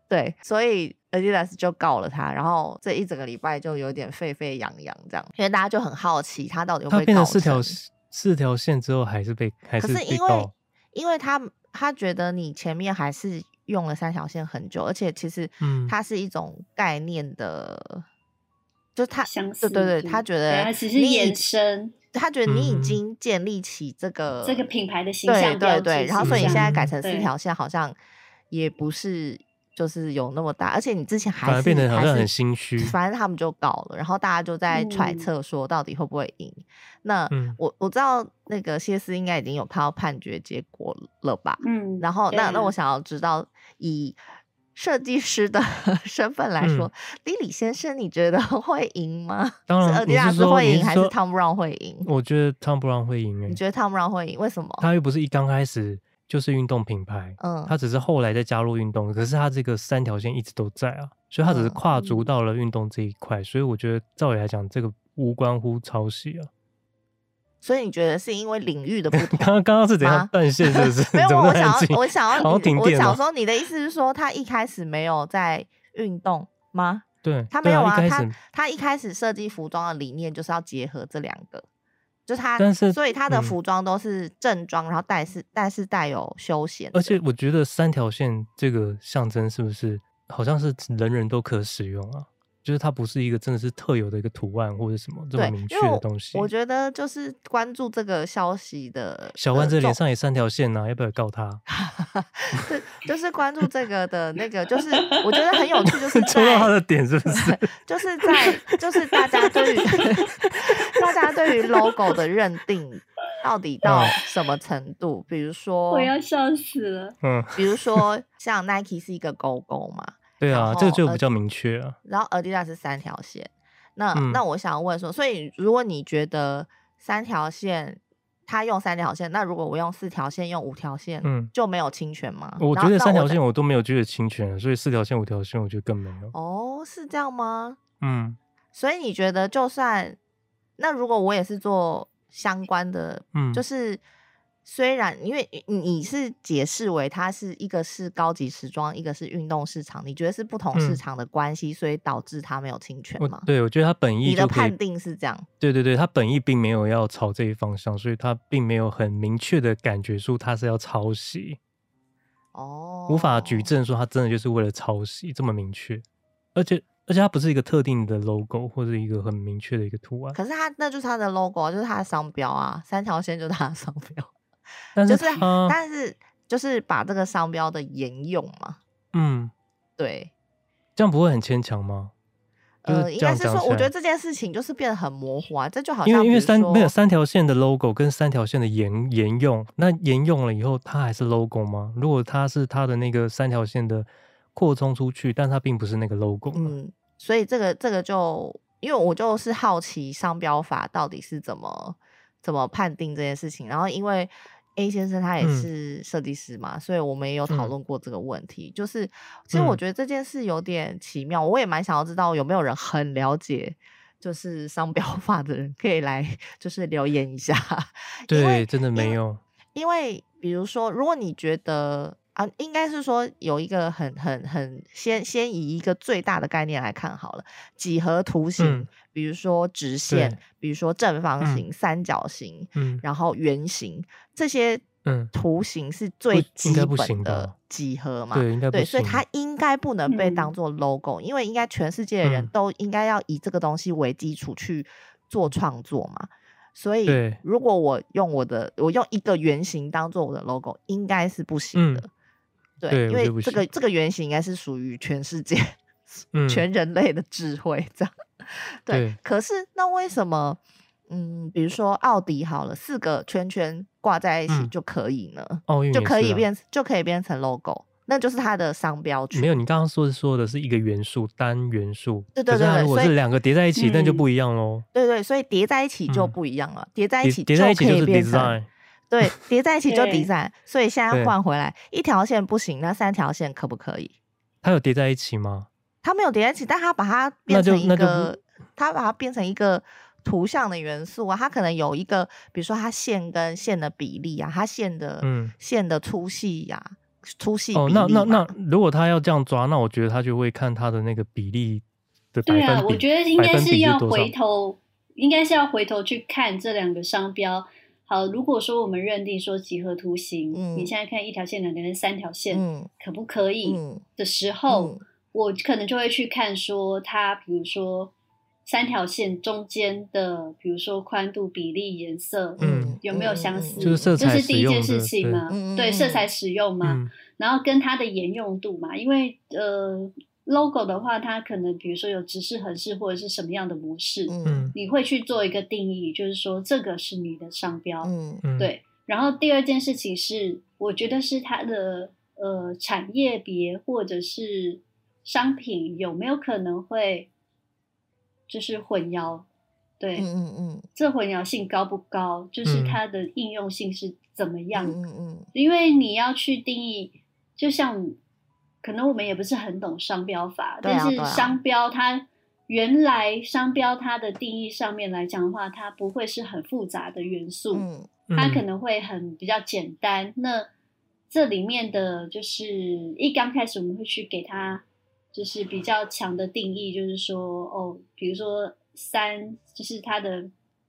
[SPEAKER 5] 对，所以 Adidas 就告了他。然后这一整个礼拜就有点沸沸扬扬这样，因为大家就很好奇他到底会不
[SPEAKER 3] 它
[SPEAKER 5] 会
[SPEAKER 3] 变成
[SPEAKER 5] 告
[SPEAKER 3] 四条
[SPEAKER 5] 成
[SPEAKER 3] 四条线之后还是被还
[SPEAKER 5] 可
[SPEAKER 3] 是
[SPEAKER 5] 是
[SPEAKER 3] 被
[SPEAKER 5] 因为
[SPEAKER 3] 告，
[SPEAKER 5] 因为他他觉得你前面还是用了三条线很久，而且其实
[SPEAKER 3] 嗯
[SPEAKER 5] 它是一种概念的，就他
[SPEAKER 6] 相
[SPEAKER 5] 对
[SPEAKER 6] 似
[SPEAKER 5] 对对，
[SPEAKER 6] 度
[SPEAKER 5] 他觉得
[SPEAKER 6] 它只是
[SPEAKER 5] 你已
[SPEAKER 6] 延伸
[SPEAKER 5] 他觉得你
[SPEAKER 3] 嗯
[SPEAKER 5] 已经建立起这个、
[SPEAKER 6] 这个品牌的形
[SPEAKER 5] 对
[SPEAKER 6] 象标
[SPEAKER 5] 对
[SPEAKER 6] 志
[SPEAKER 5] 对，然后
[SPEAKER 6] 形
[SPEAKER 5] 所以你现在
[SPEAKER 6] 象
[SPEAKER 5] 改成四
[SPEAKER 6] 对
[SPEAKER 5] 条线，好像也不是就是有那么大，而且你之前还
[SPEAKER 3] 反而
[SPEAKER 5] 是
[SPEAKER 3] 变得好
[SPEAKER 5] 还
[SPEAKER 3] 像
[SPEAKER 5] 是
[SPEAKER 3] 很心虚
[SPEAKER 5] 反正他们就告了，然后大家就在揣
[SPEAKER 6] 嗯
[SPEAKER 5] 测说到底会不会赢。那、
[SPEAKER 3] 嗯
[SPEAKER 5] 我我知道那个谢斯应该已经有看到判决结果了吧？
[SPEAKER 6] 嗯，
[SPEAKER 5] 然后
[SPEAKER 6] 对
[SPEAKER 5] 那那
[SPEAKER 6] 啊
[SPEAKER 5] 我想要知道以。设计师的 [laughs] 身份来说，李李先生，你觉得 [laughs] 会赢吗？
[SPEAKER 3] 嗯当
[SPEAKER 5] 是
[SPEAKER 3] 然，你是
[SPEAKER 5] Adidas
[SPEAKER 3] 说
[SPEAKER 5] 会
[SPEAKER 3] 你
[SPEAKER 5] 赢还是
[SPEAKER 3] 说
[SPEAKER 5] Tom Brown 会赢？
[SPEAKER 3] 我觉得 Tom Brown 会赢诶
[SPEAKER 5] 你，觉得 Tom Brown 会赢？为什么？
[SPEAKER 3] 他又不是一刚开始就是运动品牌，
[SPEAKER 5] 嗯，
[SPEAKER 3] 他只是后来再加入运动，可是他这个三条线一直都在啊，所以他只是
[SPEAKER 5] 嗯
[SPEAKER 3] 跨足到了运动这一块，所以我觉得照理来讲，这个无关乎抄袭啊。 [laughs]
[SPEAKER 5] 所以你觉得是因为领域的不同？
[SPEAKER 3] 刚刚刚刚是怎样
[SPEAKER 5] 吗
[SPEAKER 3] 断 [laughs] 线？是不是
[SPEAKER 5] 啊 [laughs] ？没有，
[SPEAKER 3] 怎么那
[SPEAKER 5] 我
[SPEAKER 3] 么
[SPEAKER 5] 想
[SPEAKER 3] 安静
[SPEAKER 5] 要，我
[SPEAKER 3] [laughs]
[SPEAKER 5] 想
[SPEAKER 3] 好
[SPEAKER 5] 要
[SPEAKER 3] 像
[SPEAKER 5] 你，
[SPEAKER 3] 停
[SPEAKER 5] 我
[SPEAKER 3] 电
[SPEAKER 5] 想
[SPEAKER 3] 了。
[SPEAKER 5] 说你的意思是说他一开始没有在运动吗？
[SPEAKER 3] 对，
[SPEAKER 5] 他没
[SPEAKER 3] 对
[SPEAKER 5] 有
[SPEAKER 3] 啊，一开
[SPEAKER 5] 他
[SPEAKER 3] 始
[SPEAKER 5] 他一开始设计服装的理念就是要结合这两个，就他，
[SPEAKER 3] 但是
[SPEAKER 5] 所以他的
[SPEAKER 3] 嗯
[SPEAKER 5] 服装都是正装，然后带是但是带有休闲的，
[SPEAKER 3] 而且我觉得三条线这个象征是不是好像是人人都可使用啊？就是它不是一个真的是特有的一个图案或者什么这
[SPEAKER 5] 对
[SPEAKER 3] 么明，确
[SPEAKER 5] 因为
[SPEAKER 3] 的
[SPEAKER 5] 我
[SPEAKER 3] 东西。
[SPEAKER 5] 我觉得就是关注这个消息的
[SPEAKER 3] 小丸子
[SPEAKER 5] 的
[SPEAKER 3] 脸
[SPEAKER 5] 呃重
[SPEAKER 3] 上也三条线啊呐、要不要告
[SPEAKER 5] [laughs]
[SPEAKER 3] 他？ [laughs]
[SPEAKER 5] 是就是关注这个的那个，就是我觉得很有趣，
[SPEAKER 3] [laughs]
[SPEAKER 5] 就是
[SPEAKER 3] 戳
[SPEAKER 5] 在
[SPEAKER 3] 到他的点是不是？
[SPEAKER 5] 就是在就是大家对于 [laughs] 大家对于 logo 的认定到底到
[SPEAKER 3] 嗯
[SPEAKER 5] 什么程度？比如说
[SPEAKER 6] 我，要笑死了，
[SPEAKER 3] [laughs] 嗯，
[SPEAKER 5] 比如说像 Nike 是一个勾勾嘛，
[SPEAKER 3] 对
[SPEAKER 5] 然
[SPEAKER 3] 啊，
[SPEAKER 5] 后
[SPEAKER 3] 这个就
[SPEAKER 5] 呃
[SPEAKER 3] 比较明确啊。
[SPEAKER 5] 然后 Adidas 是三条线。那、
[SPEAKER 3] 嗯
[SPEAKER 5] 那我想问说，所以如果你觉得三条线，他用三条线，那如果我用四条线，用五条线，
[SPEAKER 3] 嗯
[SPEAKER 5] 就没有侵权吗？
[SPEAKER 3] 我
[SPEAKER 5] 啊然
[SPEAKER 3] 觉
[SPEAKER 5] 后
[SPEAKER 3] 得
[SPEAKER 5] 那
[SPEAKER 3] 三条
[SPEAKER 5] 的
[SPEAKER 3] 线我都没有觉得侵权，所以四条线、五条线我觉得更没有。
[SPEAKER 5] 哦，是这样吗？
[SPEAKER 3] 嗯，
[SPEAKER 5] 所以你觉得，就算那如果我也是做相关的，
[SPEAKER 3] 嗯
[SPEAKER 5] 就是虽然因为你你是解释为它是一个是高级时装，一个是运动市场，你觉得是不同市
[SPEAKER 3] 嗯
[SPEAKER 5] 场的关系，所以导致它没有侵权
[SPEAKER 3] 我
[SPEAKER 5] 吗？
[SPEAKER 3] 对我觉得他本意
[SPEAKER 5] 你的
[SPEAKER 3] 就可以
[SPEAKER 5] 判定是这样，
[SPEAKER 3] 对对对，他本意并没有要朝这一方向，所以他并没有很明确的感觉出他是要抄袭，
[SPEAKER 5] 哦，
[SPEAKER 3] 无法举。证说他真的就是为了抄袭这么明确，而且而且它不是一个特定的 logo 或者一个很明确的一个图案，
[SPEAKER 5] 可是它那就是它的 logo，啊就是它的商标啊，三条线就是它的商标，
[SPEAKER 3] [laughs] 但
[SPEAKER 5] 就是是
[SPEAKER 3] 它
[SPEAKER 5] 但是就是把这个商标的沿用嘛，
[SPEAKER 3] 嗯，
[SPEAKER 5] 对，
[SPEAKER 3] 这样不会很牵强吗？就是
[SPEAKER 5] 呃，应
[SPEAKER 3] 这
[SPEAKER 5] 该
[SPEAKER 3] 样
[SPEAKER 5] 是
[SPEAKER 3] 讲
[SPEAKER 5] 说，
[SPEAKER 3] 起
[SPEAKER 5] 我
[SPEAKER 3] 来
[SPEAKER 5] 觉得这件事情就是变得很模糊啊，这就好
[SPEAKER 3] 因
[SPEAKER 5] 像
[SPEAKER 3] 为因为
[SPEAKER 5] 比如
[SPEAKER 3] 三没有
[SPEAKER 5] 说
[SPEAKER 3] 三条线的 logo 跟三条线的沿沿用，那沿用了以后，它还是 logo 吗？如果它是它的那个三条线的扩充出去，但它并不是那个 logo，嘛
[SPEAKER 5] 嗯，所以这个这个就，因为我就是好奇商标法到底是怎么怎么判定这件事情。然后因为 A 先生他也
[SPEAKER 3] 嗯
[SPEAKER 5] 是设计师嘛，所以我们也有讨
[SPEAKER 3] 嗯
[SPEAKER 5] 论过这个问题。就是其实我
[SPEAKER 3] 嗯
[SPEAKER 5] 觉得这件事有点奇妙，我也蛮想要知道有没有人很了解。就是商标法的人可以来， [laughs] 就是留言一下。因为
[SPEAKER 3] 对，真的没有，
[SPEAKER 5] 因为比如说，如果你觉得啊，应该是说有一个很很很先先以一个最大的概念来看好了，几何图形，
[SPEAKER 3] 嗯
[SPEAKER 5] 比如说直线
[SPEAKER 3] 对，
[SPEAKER 5] 比如说正方
[SPEAKER 3] 嗯
[SPEAKER 5] 形、三角形，
[SPEAKER 3] 嗯
[SPEAKER 5] 然后圆形这些
[SPEAKER 3] 嗯，
[SPEAKER 5] 图形是最
[SPEAKER 3] 应
[SPEAKER 5] 基
[SPEAKER 3] 该不行
[SPEAKER 5] 本的
[SPEAKER 3] 吧
[SPEAKER 5] 几何嘛。
[SPEAKER 3] 对，应该不
[SPEAKER 5] 对，所以
[SPEAKER 3] 行，
[SPEAKER 5] 它应该不能被当
[SPEAKER 6] 嗯
[SPEAKER 5] 做 logo，、因为应该全世界的人
[SPEAKER 3] 嗯
[SPEAKER 5] 都应该要以这个东西为基础去做创作嘛。所以
[SPEAKER 3] 对，
[SPEAKER 5] 如果我用我的，我用一个圆形当做我的 logo，应该是不行
[SPEAKER 3] 嗯
[SPEAKER 5] 的。对，
[SPEAKER 3] 对我
[SPEAKER 5] 因
[SPEAKER 3] 觉得不
[SPEAKER 5] 为这个
[SPEAKER 3] 行
[SPEAKER 5] 这个圆形应该是属于全世界、
[SPEAKER 3] 嗯
[SPEAKER 5] [laughs] 全人类的智慧这样。
[SPEAKER 3] 对
[SPEAKER 5] 可是那为什么？嗯，比如说奥迪好了，四个圈圈挂在一起
[SPEAKER 3] 嗯
[SPEAKER 5] 就可以呢，
[SPEAKER 3] 奥运
[SPEAKER 5] 就
[SPEAKER 3] 也
[SPEAKER 5] 可
[SPEAKER 3] 是
[SPEAKER 5] 以
[SPEAKER 3] 啊
[SPEAKER 5] 变就可以变成 logo，那就是它的商标权。
[SPEAKER 3] 没有，你刚刚说的说的是一个元素单元素，
[SPEAKER 5] 对
[SPEAKER 3] 可
[SPEAKER 5] 对
[SPEAKER 3] 是
[SPEAKER 5] 对
[SPEAKER 3] 它
[SPEAKER 5] 对
[SPEAKER 3] 如果
[SPEAKER 5] 所以
[SPEAKER 3] 是两个叠在一起，那就
[SPEAKER 6] 嗯
[SPEAKER 3] 不一样喽。
[SPEAKER 5] 对对，所以叠在一起就
[SPEAKER 3] 嗯
[SPEAKER 5] 不一样了，叠在一
[SPEAKER 3] 叠
[SPEAKER 5] 起
[SPEAKER 3] 叠在一起
[SPEAKER 5] 可
[SPEAKER 3] 就
[SPEAKER 5] 以
[SPEAKER 3] 是
[SPEAKER 5] 变成
[SPEAKER 3] design， [laughs]
[SPEAKER 5] 对，叠在一起就
[SPEAKER 6] 对
[SPEAKER 5] design。所以现在
[SPEAKER 3] 对
[SPEAKER 5] 换回来，一条线不行，那三条线可不可以？
[SPEAKER 3] 它有叠在一起吗？
[SPEAKER 5] 它没有叠在一起，但它把它
[SPEAKER 3] 那
[SPEAKER 5] 变
[SPEAKER 3] 就
[SPEAKER 5] 成一
[SPEAKER 3] 那就不
[SPEAKER 5] 个，它把它变成一个图像的元素啊。它可能有一个，比如说它线跟线的比例啊，它线的、
[SPEAKER 3] 嗯
[SPEAKER 5] 线的粗细呀、粗细
[SPEAKER 3] 哦，
[SPEAKER 5] 比
[SPEAKER 3] 那
[SPEAKER 5] 例
[SPEAKER 3] 那
[SPEAKER 5] 嘛
[SPEAKER 3] 那，如果他要这样抓，那我觉得他就会看他的那个比例的百
[SPEAKER 6] 对
[SPEAKER 3] 分比，
[SPEAKER 6] 啊，我觉得应
[SPEAKER 3] 百
[SPEAKER 6] 该
[SPEAKER 3] 分比
[SPEAKER 6] 是要
[SPEAKER 3] 多
[SPEAKER 6] 回
[SPEAKER 3] 少？
[SPEAKER 6] 头，应该是要回头去看这两个商标。好，如果说我们认定说几何图形，
[SPEAKER 5] 嗯
[SPEAKER 6] 你现在看一条线、两条线、三条线，
[SPEAKER 5] 嗯
[SPEAKER 6] 可不可以
[SPEAKER 5] 嗯
[SPEAKER 6] 的时候，
[SPEAKER 5] 嗯
[SPEAKER 6] 我可能就会去看说它，比如说三条线中间的，比如说宽度、比例、颜色，
[SPEAKER 3] 嗯
[SPEAKER 6] 有没有相似？
[SPEAKER 3] 就是色彩
[SPEAKER 6] 这是第一件
[SPEAKER 3] 使
[SPEAKER 6] 事
[SPEAKER 3] 用的
[SPEAKER 6] 情
[SPEAKER 3] 对
[SPEAKER 6] 嘛，
[SPEAKER 5] 嗯嗯
[SPEAKER 6] 对，
[SPEAKER 5] 嗯
[SPEAKER 6] 色彩使用嘛，
[SPEAKER 3] 嗯
[SPEAKER 6] 然后跟它的沿用度嘛，因为呃，logo 的话，它可能比如说有直视、横视或者是什么样的模式，
[SPEAKER 5] 嗯
[SPEAKER 3] 嗯
[SPEAKER 6] 你会去做一个定义，就是说这个是你的商标，
[SPEAKER 5] 嗯
[SPEAKER 3] 嗯，
[SPEAKER 6] 对。然后第二件事情是，我觉得是它的呃产业别或者是商品有没有可能会就是混淆，对，
[SPEAKER 5] 嗯嗯嗯
[SPEAKER 6] 这混淆性高不高？就是
[SPEAKER 3] 嗯
[SPEAKER 6] 它的应用性是怎么样的
[SPEAKER 5] 嗯嗯
[SPEAKER 6] 因为你要去定义，就像可能我们也不是很懂商标法，
[SPEAKER 5] 对啊
[SPEAKER 6] 但是
[SPEAKER 5] 对啊
[SPEAKER 6] 商标它原来商标它的定义上面来讲的话，它不会是很复杂的元素，
[SPEAKER 5] 嗯
[SPEAKER 6] 它
[SPEAKER 3] 嗯
[SPEAKER 6] 可能会很比较简单。那这里面的就是一刚开始我们会去给它就是比较强的定义，就是说哦，比如说三，就是它的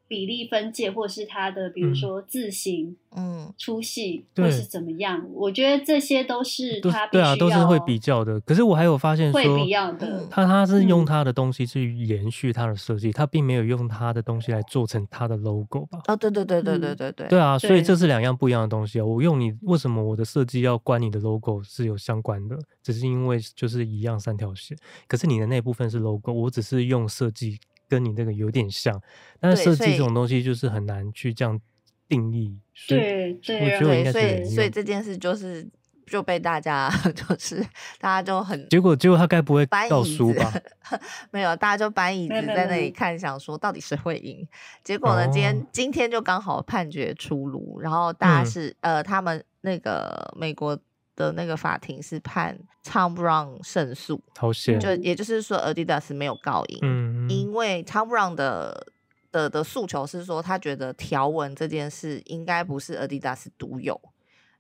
[SPEAKER 6] 比例分界，或是它的比如
[SPEAKER 3] 嗯
[SPEAKER 6] 说字形，
[SPEAKER 5] 嗯
[SPEAKER 6] 出戏
[SPEAKER 3] 对
[SPEAKER 6] 或是怎么样，我觉得这些都是
[SPEAKER 3] 都是
[SPEAKER 6] 他必
[SPEAKER 3] 对
[SPEAKER 6] 须
[SPEAKER 3] 啊，
[SPEAKER 6] 要
[SPEAKER 3] 都是会比较的。可是我还有发现
[SPEAKER 6] 会
[SPEAKER 3] 说
[SPEAKER 6] 比，较的
[SPEAKER 5] 嗯，
[SPEAKER 3] 他他是用
[SPEAKER 6] 嗯
[SPEAKER 3] 他的东西去延续他的设计，他并没有用他的东西来做成他的 logo 吧？
[SPEAKER 5] 哦，对对对对对
[SPEAKER 6] 嗯
[SPEAKER 5] 对对，
[SPEAKER 3] 对啊，所以
[SPEAKER 6] 对
[SPEAKER 3] 这是两样不一样的东西啊。我用你，为什么我的设计要关你的 logo 是有相关的？只是因为就是一样三条线，可是你的那部分是 logo，我只是用设计跟你那个有点像，但是
[SPEAKER 5] 对
[SPEAKER 3] 设
[SPEAKER 5] 所
[SPEAKER 3] 计这
[SPEAKER 5] 以
[SPEAKER 3] 种东西就是很难去这样定义。所以
[SPEAKER 6] 对对，
[SPEAKER 3] 我觉
[SPEAKER 6] 然
[SPEAKER 3] 得
[SPEAKER 6] 后
[SPEAKER 3] 应
[SPEAKER 5] 对，
[SPEAKER 3] 该
[SPEAKER 5] 所
[SPEAKER 3] 是
[SPEAKER 5] 以
[SPEAKER 3] 没
[SPEAKER 5] 所以
[SPEAKER 3] 用
[SPEAKER 5] 这件事就是就被大家 [laughs] 就是大家就很
[SPEAKER 3] 结果结果他该不会
[SPEAKER 5] 搬
[SPEAKER 3] 告
[SPEAKER 5] 椅
[SPEAKER 3] 输
[SPEAKER 5] 子
[SPEAKER 3] 吧？
[SPEAKER 5] [laughs] 没有，大家就搬椅子
[SPEAKER 6] 没有没有
[SPEAKER 5] 在那
[SPEAKER 6] 没
[SPEAKER 5] 里
[SPEAKER 6] 有
[SPEAKER 5] 看，想说到底谁会赢。结果呢，今
[SPEAKER 3] 哦
[SPEAKER 5] 天今天就刚好判决出炉，然后大
[SPEAKER 3] 嗯
[SPEAKER 5] 家是、呃，他们那个美国的那个法庭是判 Tom Brown 胜诉， [laughs]
[SPEAKER 3] 好险！
[SPEAKER 5] 就也就是说 Adidas 没有告赢，
[SPEAKER 3] 嗯，
[SPEAKER 5] 因为 Tom Brown 的。的的诉求是说，他觉得条纹这件事应该不是 Adidas 独有，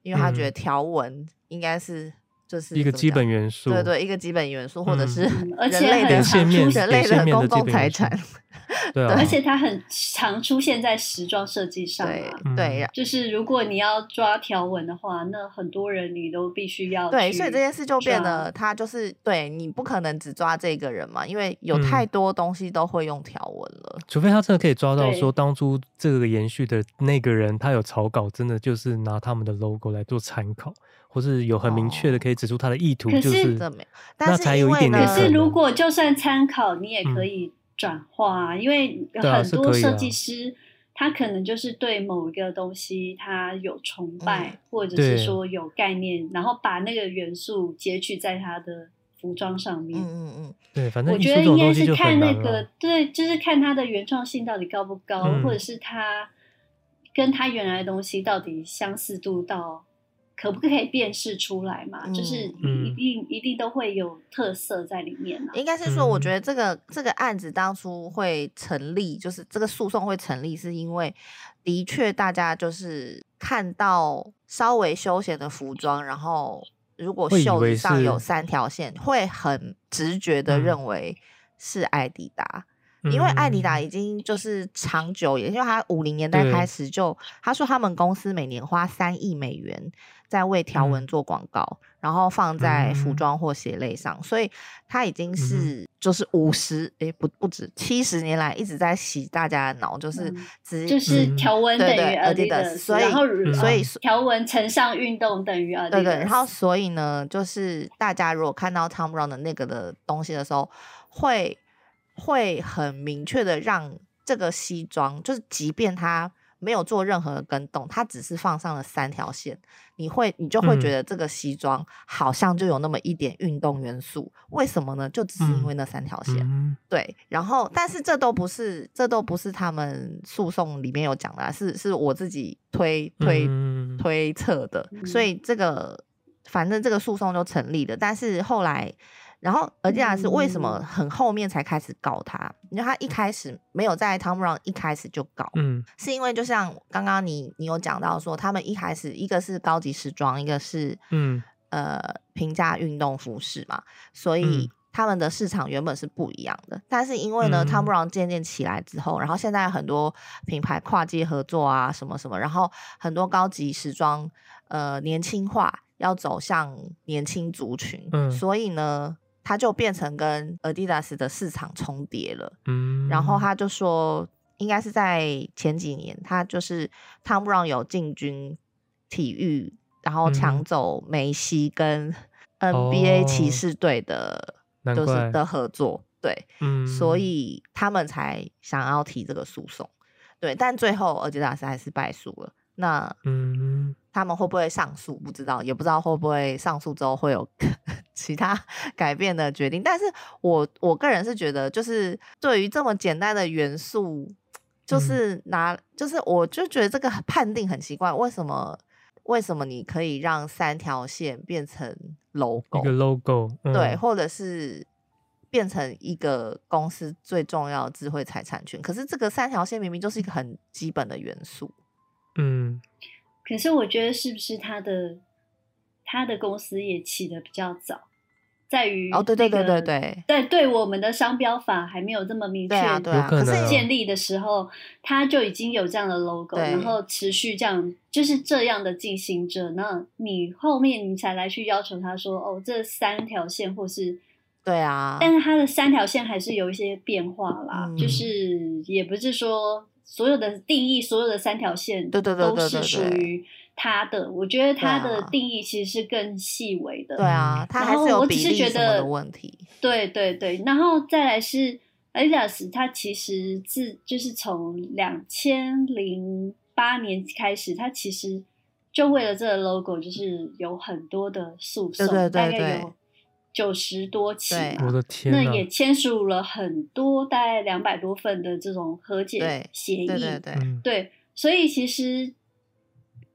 [SPEAKER 5] 因为他觉得
[SPEAKER 3] 嗯
[SPEAKER 5] 条纹应该是就是
[SPEAKER 3] 一个
[SPEAKER 5] 怎么
[SPEAKER 3] 基
[SPEAKER 5] 讲
[SPEAKER 3] 本元素。
[SPEAKER 5] 对对，一个基本元素，或者
[SPEAKER 3] 嗯
[SPEAKER 5] 是
[SPEAKER 6] 嗯而
[SPEAKER 5] 人
[SPEAKER 6] 且
[SPEAKER 5] 类
[SPEAKER 6] 很
[SPEAKER 5] 的 [laughs]
[SPEAKER 6] 常出现
[SPEAKER 5] 人类
[SPEAKER 3] 线面的基
[SPEAKER 5] 公共
[SPEAKER 3] 本
[SPEAKER 5] 财
[SPEAKER 3] 元素
[SPEAKER 5] 产， [laughs]
[SPEAKER 3] 对啊，
[SPEAKER 6] 而且它很常出现在时装设计上
[SPEAKER 5] 对
[SPEAKER 6] 啊。
[SPEAKER 5] 对
[SPEAKER 3] 嗯
[SPEAKER 6] 就是如果你要抓条纹的话，那很多人你都必须要
[SPEAKER 5] 对，
[SPEAKER 6] 去
[SPEAKER 5] 所以这件事就变
[SPEAKER 6] 抓
[SPEAKER 5] 得他就是对你不可能只抓这个人嘛，因为有太
[SPEAKER 3] 嗯
[SPEAKER 5] 多东西都会用条纹了。
[SPEAKER 3] 除非他真的可以抓到
[SPEAKER 6] 对
[SPEAKER 3] 说当初这个延续的那个人，他有草稿，真的就是拿他们的 logo 来做参考，或是有很明确的
[SPEAKER 5] 哦
[SPEAKER 3] 可以指出他的意图，
[SPEAKER 6] 可
[SPEAKER 3] 就是是
[SPEAKER 5] 这没有
[SPEAKER 3] 嗯那
[SPEAKER 5] 但是
[SPEAKER 3] 才
[SPEAKER 5] 因
[SPEAKER 3] 有一
[SPEAKER 5] 为
[SPEAKER 3] 点
[SPEAKER 5] 呢
[SPEAKER 3] 点
[SPEAKER 6] 可
[SPEAKER 3] 可
[SPEAKER 6] 是如
[SPEAKER 3] 能
[SPEAKER 6] 果就算参考，你也可
[SPEAKER 3] 嗯
[SPEAKER 6] 以转化啊，因为
[SPEAKER 3] 对啊
[SPEAKER 6] 很
[SPEAKER 3] 是
[SPEAKER 6] 多
[SPEAKER 3] 可以
[SPEAKER 6] 设
[SPEAKER 3] 啊
[SPEAKER 6] 计师、他可能就是对某一个东西他有崇拜，
[SPEAKER 5] 嗯
[SPEAKER 6] 或者
[SPEAKER 3] 对
[SPEAKER 6] 是说有概念，然后把那个元素截取在他的服装上面。
[SPEAKER 5] 嗯嗯嗯，
[SPEAKER 3] 对，反正
[SPEAKER 6] 我
[SPEAKER 3] 艺术
[SPEAKER 6] 觉得
[SPEAKER 3] 这
[SPEAKER 6] 应
[SPEAKER 3] 种
[SPEAKER 6] 该
[SPEAKER 3] 东西
[SPEAKER 6] 是
[SPEAKER 3] 就
[SPEAKER 6] 看
[SPEAKER 3] 很
[SPEAKER 6] 那
[SPEAKER 3] 难
[SPEAKER 6] 个
[SPEAKER 3] 了。
[SPEAKER 6] 对，就是看它的原创性到底高不高，
[SPEAKER 3] 嗯
[SPEAKER 6] 或者是它跟它原来的东西到底相似度到可不可以辨识出来嘛？就是
[SPEAKER 3] 嗯
[SPEAKER 6] 一定、一定都会有特色在里面啊嘛。
[SPEAKER 5] 应该是说，我觉
[SPEAKER 3] 嗯
[SPEAKER 5] 得这个、这个案子当初会成立，就是这个诉讼会成立，是因为的确大家就是看到稍微休闲的服装，然后如果
[SPEAKER 3] 会以
[SPEAKER 5] 袖
[SPEAKER 3] 为
[SPEAKER 5] 子上有
[SPEAKER 3] 是
[SPEAKER 5] 三条线，会很直觉的
[SPEAKER 3] 嗯
[SPEAKER 5] 认为是艾迪达。因为艾迪达
[SPEAKER 3] 嗯
[SPEAKER 5] 已经就是长久，也就是他五零年代开
[SPEAKER 3] 对
[SPEAKER 5] 始就，他说他们公司每年花三亿美元在为条纹
[SPEAKER 3] 嗯
[SPEAKER 5] 做广告，然后放在服
[SPEAKER 3] 嗯
[SPEAKER 5] 装或鞋类上，所以他已经
[SPEAKER 3] 哼
[SPEAKER 5] 是就是五十诶不不止七十年来一直在洗大家的脑，就是
[SPEAKER 6] 嗯
[SPEAKER 5] 直、
[SPEAKER 6] 就是
[SPEAKER 3] 嗯
[SPEAKER 6] 条纹等
[SPEAKER 5] 对
[SPEAKER 6] 于
[SPEAKER 5] 对
[SPEAKER 6] Adidas，
[SPEAKER 5] Adidas，所以
[SPEAKER 6] 然后
[SPEAKER 3] 嗯
[SPEAKER 5] 所以
[SPEAKER 6] 条纹乘上运动等于 Adidas，
[SPEAKER 5] 对对，然后所以呢，就是大家如果看到 Tom Brown 的那个的东西的时候，会会很明确的让这个西装，就是即便它没有做任何的跟动，它只是放上了三条线，你会你就会
[SPEAKER 3] 嗯
[SPEAKER 5] 觉得这个西装好像就有那么一点运动元素，为什么呢？就只是因为
[SPEAKER 3] 嗯
[SPEAKER 5] 那三条线。
[SPEAKER 3] 嗯
[SPEAKER 5] 对，然后但是这都不是，这都不是他们诉讼里面有讲的、啊，是是我自己推推、
[SPEAKER 3] 嗯
[SPEAKER 5] 推测的，所
[SPEAKER 6] 嗯
[SPEAKER 5] 以这个反正这个诉讼就成立了，但是后来。然后，而且还是为什么
[SPEAKER 6] 嗯
[SPEAKER 5] 很后面才开始告他？因为他一开始没有在 Tom Brown 一开始就告，
[SPEAKER 3] 嗯
[SPEAKER 5] 是因为就像刚刚你你有讲到说，他们一开始一个是高级时装，一个是
[SPEAKER 3] 嗯
[SPEAKER 5] 呃平价运动服饰嘛，所以
[SPEAKER 3] 嗯
[SPEAKER 5] 他们的市场原本是不一样的。但是因为呢、t o
[SPEAKER 3] 嗯
[SPEAKER 5] m Brown 渐渐起来之后，然后现在很多品牌跨界合作啊，什么什么，然后很多高级时装呃年轻化，要走向年轻族群，
[SPEAKER 3] 嗯
[SPEAKER 5] 所以呢，它就变成跟 Adidas 的市场重叠了。
[SPEAKER 3] 嗯，
[SPEAKER 5] 然后他就说，应该是在前几年，他就是汤姆 m 有进军体育，然后
[SPEAKER 3] 嗯
[SPEAKER 5] 抢走梅西跟 NBA 骑
[SPEAKER 3] 哦
[SPEAKER 5] 士队的，
[SPEAKER 3] 难
[SPEAKER 5] 就
[SPEAKER 3] 怪
[SPEAKER 5] 是的合作，对，
[SPEAKER 3] 嗯，
[SPEAKER 5] 所以他们才想要提这个诉讼，对，但最后阿迪达斯还是败诉了。那
[SPEAKER 3] 嗯
[SPEAKER 5] 他们会不会上诉？不知道，也不知道会不会上诉之后会有 [laughs] 其他 [laughs] 改变的决定。但是我我个人是觉得，就是对于这么简单的元素，就
[SPEAKER 3] 嗯
[SPEAKER 5] 是拿，就是我就觉得这个判定很奇怪，为什么？为什么你可以让三条线变成
[SPEAKER 3] 一
[SPEAKER 5] logo？
[SPEAKER 3] 个 logo 嗯
[SPEAKER 5] 对，或者是变成一个公司最重要的智慧财产权。可是这个三条线明明就是一个很基本的元素。
[SPEAKER 3] 嗯
[SPEAKER 6] 可是我觉得是不是他的他的公司也起得比较早，在于
[SPEAKER 5] 哦，对对对
[SPEAKER 6] 那
[SPEAKER 5] 对
[SPEAKER 6] 个
[SPEAKER 5] 对，
[SPEAKER 6] 在对我们的商标法还没有这么明确
[SPEAKER 5] 对啊对
[SPEAKER 3] 有
[SPEAKER 5] 啊。
[SPEAKER 3] 可
[SPEAKER 5] 可是
[SPEAKER 3] 能啊
[SPEAKER 6] 建立的时候，它就已经有这样的 logo，
[SPEAKER 5] 对
[SPEAKER 6] 然后持续这样就是这样的进行着。那你后面你才来去要求他说，哦，这三条线或是，
[SPEAKER 5] 对啊，
[SPEAKER 6] 但是它的三条线还是有一些变化啦，
[SPEAKER 5] 嗯
[SPEAKER 6] 就是也不是说所有的定义，所有的三条线
[SPEAKER 5] 对对对对
[SPEAKER 6] 都是
[SPEAKER 5] 对对
[SPEAKER 6] 属于它的。我觉得它
[SPEAKER 5] 对啊
[SPEAKER 6] 的定义其实是更细微的，
[SPEAKER 5] 对啊
[SPEAKER 3] 嗯，
[SPEAKER 5] 它
[SPEAKER 6] 然
[SPEAKER 5] 还
[SPEAKER 6] 后
[SPEAKER 5] 是有
[SPEAKER 6] 我
[SPEAKER 5] 比
[SPEAKER 6] 只是
[SPEAKER 5] 例
[SPEAKER 6] 觉
[SPEAKER 5] 什么的
[SPEAKER 6] 得
[SPEAKER 5] 问题。
[SPEAKER 6] 对对对，然后再来是 Adidas，它其实自就是从两千零八年开始，它其实就为了这个 logo，就是有很多的诉讼，
[SPEAKER 5] 对对
[SPEAKER 6] 大概
[SPEAKER 5] 对对
[SPEAKER 6] 有九十多起
[SPEAKER 5] 对啊
[SPEAKER 6] 嘛
[SPEAKER 3] 我的天
[SPEAKER 6] 那
[SPEAKER 3] 呐
[SPEAKER 6] 也签署了很多，大概两百多份的这种和解
[SPEAKER 5] 对
[SPEAKER 6] 协议，
[SPEAKER 5] 对对对，
[SPEAKER 3] 嗯
[SPEAKER 6] 对，所以其实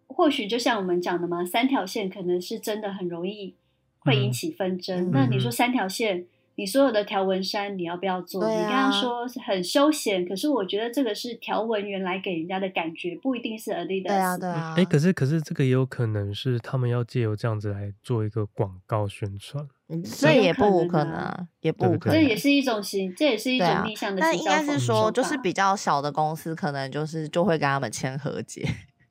[SPEAKER 6] 或许就像我们讲的嘛，三条线可能是真的很容易会引
[SPEAKER 3] 嗯
[SPEAKER 6] 起纷争。那你
[SPEAKER 3] 嗯
[SPEAKER 6] 说三条线，你所有的条纹衫你要不要做？
[SPEAKER 5] 对啊
[SPEAKER 6] 你刚刚说是很休闲，可是我觉得这个是条纹原来给人家的感觉，不一定是 Adidas。
[SPEAKER 5] 对啊，对啊。
[SPEAKER 3] 哎、可是可是这个也有可能是他们要借由这样子来做一个广告宣传，
[SPEAKER 5] 嗯这
[SPEAKER 6] 这有
[SPEAKER 5] 也
[SPEAKER 6] 可
[SPEAKER 5] 不无
[SPEAKER 6] 能
[SPEAKER 5] 可
[SPEAKER 6] 啊
[SPEAKER 5] 能啊，也不
[SPEAKER 3] 对
[SPEAKER 5] 无
[SPEAKER 3] 不
[SPEAKER 5] 可
[SPEAKER 3] 对
[SPEAKER 6] 这
[SPEAKER 5] 能。
[SPEAKER 6] 也是一种行，这也是一
[SPEAKER 5] 对啊
[SPEAKER 6] 种逆向的
[SPEAKER 5] 但
[SPEAKER 6] 行
[SPEAKER 5] 应
[SPEAKER 6] 销
[SPEAKER 5] 该
[SPEAKER 6] 方
[SPEAKER 5] 是
[SPEAKER 6] 式
[SPEAKER 5] 说，
[SPEAKER 6] 手
[SPEAKER 5] 就是
[SPEAKER 6] 法
[SPEAKER 5] 比较小的公司，可能就是就会跟他们签和解。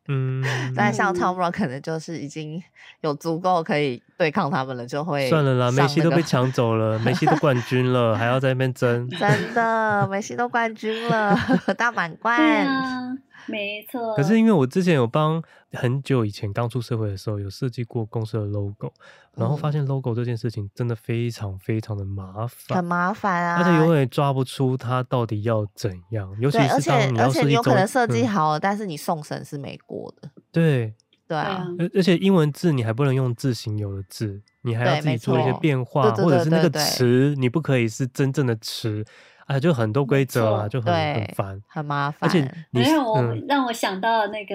[SPEAKER 3] 嗯，
[SPEAKER 5] 但像
[SPEAKER 6] 嗯
[SPEAKER 5] Tom Brown 可能就是已经有足够可以对抗他们了，就会
[SPEAKER 3] 算了啦，梅
[SPEAKER 5] 上
[SPEAKER 3] 西
[SPEAKER 5] 那
[SPEAKER 3] 都
[SPEAKER 5] 个
[SPEAKER 3] 被抢走了，梅西都冠军了，还要在那边争，
[SPEAKER 5] [laughs] 真的，梅西都冠军了， [laughs] 大满贯。
[SPEAKER 6] 对啊，没错。
[SPEAKER 3] 可是因为我之前有帮很久以前刚出社会的时候有设计过公司的 logo，然
[SPEAKER 5] 嗯
[SPEAKER 3] 后发现 logo 这件事情真的非常非常的麻
[SPEAKER 5] 很
[SPEAKER 3] 烦，
[SPEAKER 5] 麻烦啊，
[SPEAKER 3] 而且永远抓不出它到底要怎样，尤其
[SPEAKER 5] 对，而
[SPEAKER 3] 是
[SPEAKER 5] 且
[SPEAKER 3] 当你
[SPEAKER 5] 而
[SPEAKER 3] 要
[SPEAKER 5] 且
[SPEAKER 3] 是
[SPEAKER 5] 你
[SPEAKER 3] 一
[SPEAKER 5] 有可
[SPEAKER 3] 种
[SPEAKER 5] 能设计
[SPEAKER 3] 嗯
[SPEAKER 5] 好了，但是你送审是没过的，
[SPEAKER 3] 对，
[SPEAKER 5] 对
[SPEAKER 6] 对啊
[SPEAKER 5] 啊，，
[SPEAKER 3] 而而且英文字你还不能用字形有的字，你还要
[SPEAKER 5] 对
[SPEAKER 3] 自己
[SPEAKER 5] 没
[SPEAKER 3] 做一些
[SPEAKER 5] 错
[SPEAKER 3] 变化，
[SPEAKER 5] 对对
[SPEAKER 3] 或者
[SPEAKER 5] 对
[SPEAKER 3] 是那个
[SPEAKER 5] 对对
[SPEAKER 3] 词你不可以是真正的词，啊，就很多规则啊，
[SPEAKER 6] 没
[SPEAKER 3] 就很很
[SPEAKER 5] 对
[SPEAKER 3] 烦，，
[SPEAKER 5] 很麻
[SPEAKER 3] 而
[SPEAKER 5] 烦。
[SPEAKER 3] 且你
[SPEAKER 6] 让我、
[SPEAKER 3] 嗯
[SPEAKER 6] 让我想到那个。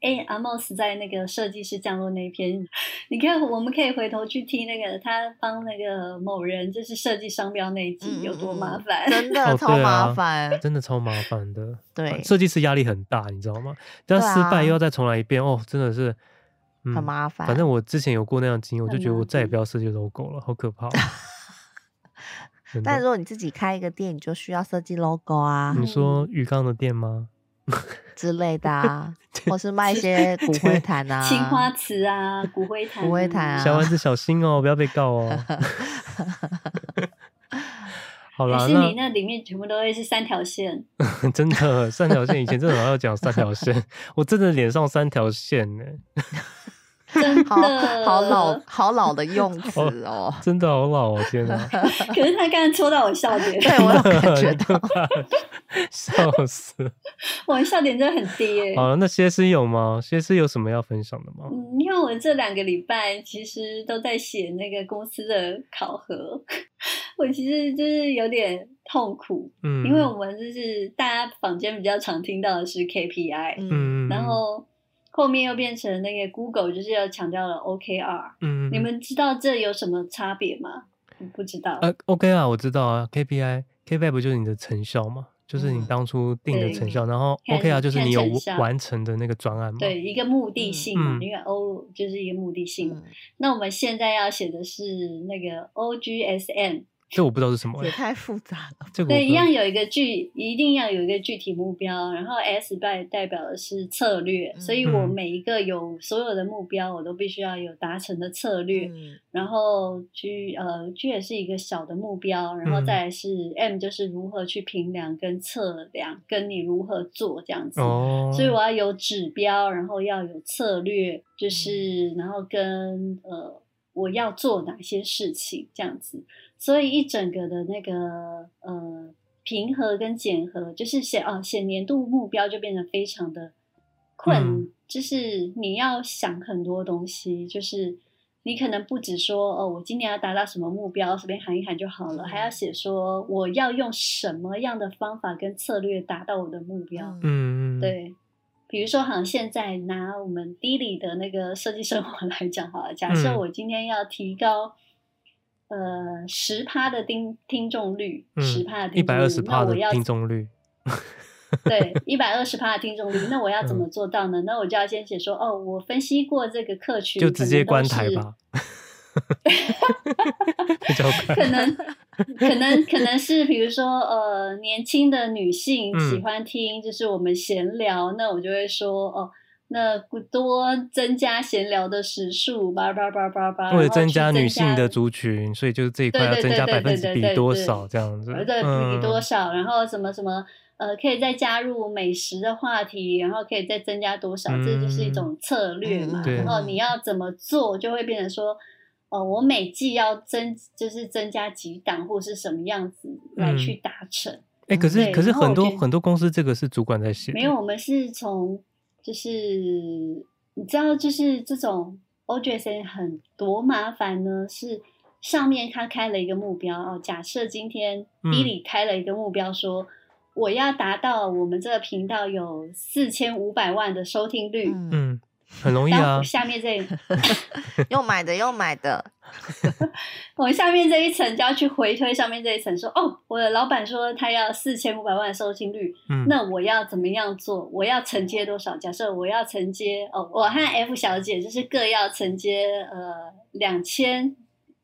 [SPEAKER 6] 哎，阿莫斯在那个设计师降落那一篇，你看，我们可以回头去听那个他帮那个某人就是设计商标那一集
[SPEAKER 5] 嗯
[SPEAKER 6] 有多
[SPEAKER 5] 嗯嗯
[SPEAKER 6] 麻烦。
[SPEAKER 5] 真
[SPEAKER 3] 哦
[SPEAKER 5] 的超
[SPEAKER 3] 对啊
[SPEAKER 5] 麻烦，
[SPEAKER 3] 真的超麻烦
[SPEAKER 5] [laughs]
[SPEAKER 3] 的。呃
[SPEAKER 5] 对
[SPEAKER 3] 设计师压力很大，你知道吗？但
[SPEAKER 5] 对啊
[SPEAKER 3] 失败又要再重来一遍，哦，真的是。嗯
[SPEAKER 5] 很麻烦。
[SPEAKER 3] 反正我之前有过那样的经验，我就
[SPEAKER 6] 很
[SPEAKER 3] 觉得我
[SPEAKER 6] 麻
[SPEAKER 3] 再也
[SPEAKER 6] 烦
[SPEAKER 3] 不要设计 logo 了，好可
[SPEAKER 5] [laughs]
[SPEAKER 3] 怕哦。真
[SPEAKER 5] 但如
[SPEAKER 3] 的，
[SPEAKER 5] 果你自己开一个店，你就需要设计 logo 啊
[SPEAKER 3] 你说鱼缸的店吗？
[SPEAKER 5] 之类的啊，或是卖一些骨灰坛啊、
[SPEAKER 6] 青花瓷啊，骨灰坛、
[SPEAKER 5] 骨灰坛啊
[SPEAKER 3] 小丸子小心哦，不要被告
[SPEAKER 5] [laughs]
[SPEAKER 3] 哦。 [laughs] 好
[SPEAKER 6] 可
[SPEAKER 3] 啦，
[SPEAKER 6] 是
[SPEAKER 3] 那
[SPEAKER 6] 你那里面全部都会是三条
[SPEAKER 5] [laughs]
[SPEAKER 6] 线，
[SPEAKER 3] [laughs] 真的三条线，以前真的好像要讲三条线， [laughs] 我真的脸上三条线呢，
[SPEAKER 6] 真的
[SPEAKER 5] 好好老。好老的用词哦。
[SPEAKER 3] 真的好老哦，天哪！
[SPEAKER 6] 可是他刚刚戳到我笑点，
[SPEAKER 5] [laughs] 对我有感觉
[SPEAKER 3] 你
[SPEAKER 5] 到
[SPEAKER 3] 干，嘛， [laughs] 笑死。
[SPEAKER 6] 我的笑点真的很低耶、
[SPEAKER 3] 好了，那些师有吗？些师有什么要分享的吗？
[SPEAKER 6] 嗯，因为我这两个礼拜其实都在写那个公司的考核， [laughs] 我其实就是有点痛苦，
[SPEAKER 3] 嗯，
[SPEAKER 6] 因为我们就是大家坊间比较常听到的是 KPI，、
[SPEAKER 5] 嗯，
[SPEAKER 3] 嗯，
[SPEAKER 6] 然后后面又变成那个 Google 就是要强调了 OKR，、
[SPEAKER 3] 嗯，
[SPEAKER 6] 你们知道这有什么差别吗？我不知道，
[SPEAKER 3] 呃，OK 啊，我知道啊，KPI KPI 不就是你的成效吗？就是你
[SPEAKER 5] 嗯
[SPEAKER 3] 当初定的成效，然后
[SPEAKER 6] 看
[SPEAKER 3] OK 啊，就是
[SPEAKER 6] 看
[SPEAKER 3] 你有
[SPEAKER 6] 成效
[SPEAKER 3] 完成的那个专案嘛。
[SPEAKER 6] 对，一个目的性嘛，
[SPEAKER 3] 嗯
[SPEAKER 6] 因为 O 就是一个目的性嘛。
[SPEAKER 5] 嗯
[SPEAKER 6] 那我们现在要写的是那个 OGSM，
[SPEAKER 3] 这我不知道是什么
[SPEAKER 5] 也
[SPEAKER 3] 欸，
[SPEAKER 5] 太复杂了。
[SPEAKER 3] [laughs] 这个我
[SPEAKER 6] 对，
[SPEAKER 3] 不
[SPEAKER 6] 一
[SPEAKER 3] 知道
[SPEAKER 6] 样有一个具，一定要有一个具体目标。然后 S 代代表的是策略，
[SPEAKER 5] 嗯
[SPEAKER 6] 所以我
[SPEAKER 3] 嗯
[SPEAKER 6] 每一个有所有的目标，我都必须要有达成的策略。
[SPEAKER 5] 嗯
[SPEAKER 6] 然后 G 呃 G 也是一个小的目标，然后
[SPEAKER 3] 嗯
[SPEAKER 6] 再来是 M 就是如何去评量跟测量，跟你如何做这样子。
[SPEAKER 3] 哦，
[SPEAKER 6] 所以我要有指标，然后要有策略，就是
[SPEAKER 3] 嗯
[SPEAKER 6] 然后跟呃我要做哪些事情这样子，所以一整个的那个呃平和跟检核，就是写哦写年度目标就变得非常的困，
[SPEAKER 3] 嗯
[SPEAKER 6] 就是你要想很多东西，就是。你可能不只说哦，我今年要达到什么目标，随便喊一喊就好
[SPEAKER 3] 嗯
[SPEAKER 6] 了，还要写说我要用什么样的方法跟策略达到我的目标。
[SPEAKER 3] 嗯，嗯，
[SPEAKER 5] 嗯
[SPEAKER 6] 对，比如说，好像现在拿我们 d i 的那个设计生活 [laughs] 来讲好了，假设
[SPEAKER 3] 嗯
[SPEAKER 6] 我今天要提高。呃，十趴的听听众率，
[SPEAKER 3] 嗯
[SPEAKER 6] 十趴的
[SPEAKER 3] 一
[SPEAKER 6] 听众
[SPEAKER 3] 百
[SPEAKER 6] 率，
[SPEAKER 3] 二十
[SPEAKER 6] 那
[SPEAKER 3] 趴
[SPEAKER 6] 我
[SPEAKER 3] 的
[SPEAKER 6] 要
[SPEAKER 3] 听众率，
[SPEAKER 6] 对一百二十趴的听众率，那我
[SPEAKER 3] 嗯
[SPEAKER 6] 要怎么做到呢？那我就要先写说，哦，我分析过这个客群，
[SPEAKER 3] 就
[SPEAKER 6] 可
[SPEAKER 3] 直
[SPEAKER 6] 能
[SPEAKER 3] 接
[SPEAKER 6] 都
[SPEAKER 3] 关台
[SPEAKER 6] 是 [laughs]
[SPEAKER 3] 吧， [laughs] 比较快。
[SPEAKER 6] 可能可能可能是比如说呃，年轻的女性
[SPEAKER 3] 嗯
[SPEAKER 6] 喜欢听，就是我们闲聊，那我就会说哦。那多增加闲聊的时数，叭叭叭叭叭，
[SPEAKER 3] 为了
[SPEAKER 6] 然后
[SPEAKER 3] 增
[SPEAKER 6] 去
[SPEAKER 3] 加女性的
[SPEAKER 6] 增
[SPEAKER 3] 族群，所以就是这一块
[SPEAKER 6] 对
[SPEAKER 3] 要
[SPEAKER 6] 对
[SPEAKER 3] 增
[SPEAKER 6] 对
[SPEAKER 3] 加
[SPEAKER 6] 对
[SPEAKER 3] 百分
[SPEAKER 6] 对
[SPEAKER 3] 之
[SPEAKER 6] 对
[SPEAKER 3] 比
[SPEAKER 6] 对
[SPEAKER 3] 多
[SPEAKER 6] 对
[SPEAKER 3] 少这样子。
[SPEAKER 6] 呃对，比
[SPEAKER 3] 嗯
[SPEAKER 6] 例多少，然后什么什么，呃，可以再加入美食的话题，然后可以再增加多少，这就是一
[SPEAKER 3] 嗯
[SPEAKER 6] 种策略嘛。
[SPEAKER 5] 嗯嗯
[SPEAKER 6] 然后
[SPEAKER 5] 对
[SPEAKER 6] 你要怎么做，就会变成说，呃，我每季要增，就是增加几档或是什么样子来
[SPEAKER 3] 嗯
[SPEAKER 6] 去达成。
[SPEAKER 3] 哎、可是
[SPEAKER 6] 嗯对
[SPEAKER 3] 可是
[SPEAKER 6] 然后
[SPEAKER 3] 很
[SPEAKER 6] 我
[SPEAKER 3] 多
[SPEAKER 6] 觉得
[SPEAKER 3] 很多公司这个是主管在写的，
[SPEAKER 6] 没有，我们是从就是你知道，就是这种 OJSN 很多麻烦呢，是上面他开了一个目标哦，假设今天
[SPEAKER 3] 嗯
[SPEAKER 6] Billy 开了一个目标说。我要达到我们这个频道有四千五百万的收听率，
[SPEAKER 3] [laughs]
[SPEAKER 5] 嗯，
[SPEAKER 3] 嗯，很容易
[SPEAKER 6] 然
[SPEAKER 3] 啊
[SPEAKER 6] 后，下面这
[SPEAKER 5] 又买的又买的，
[SPEAKER 6] [laughs] 我下面这一层就要去回推上面这一层，说哦，我的老板说他要四千五百万的收听率，
[SPEAKER 3] 嗯，
[SPEAKER 6] 那我要怎么样做？我要承接多少？假设我要承接哦，我和 F 小姐就是各要承接呃两千，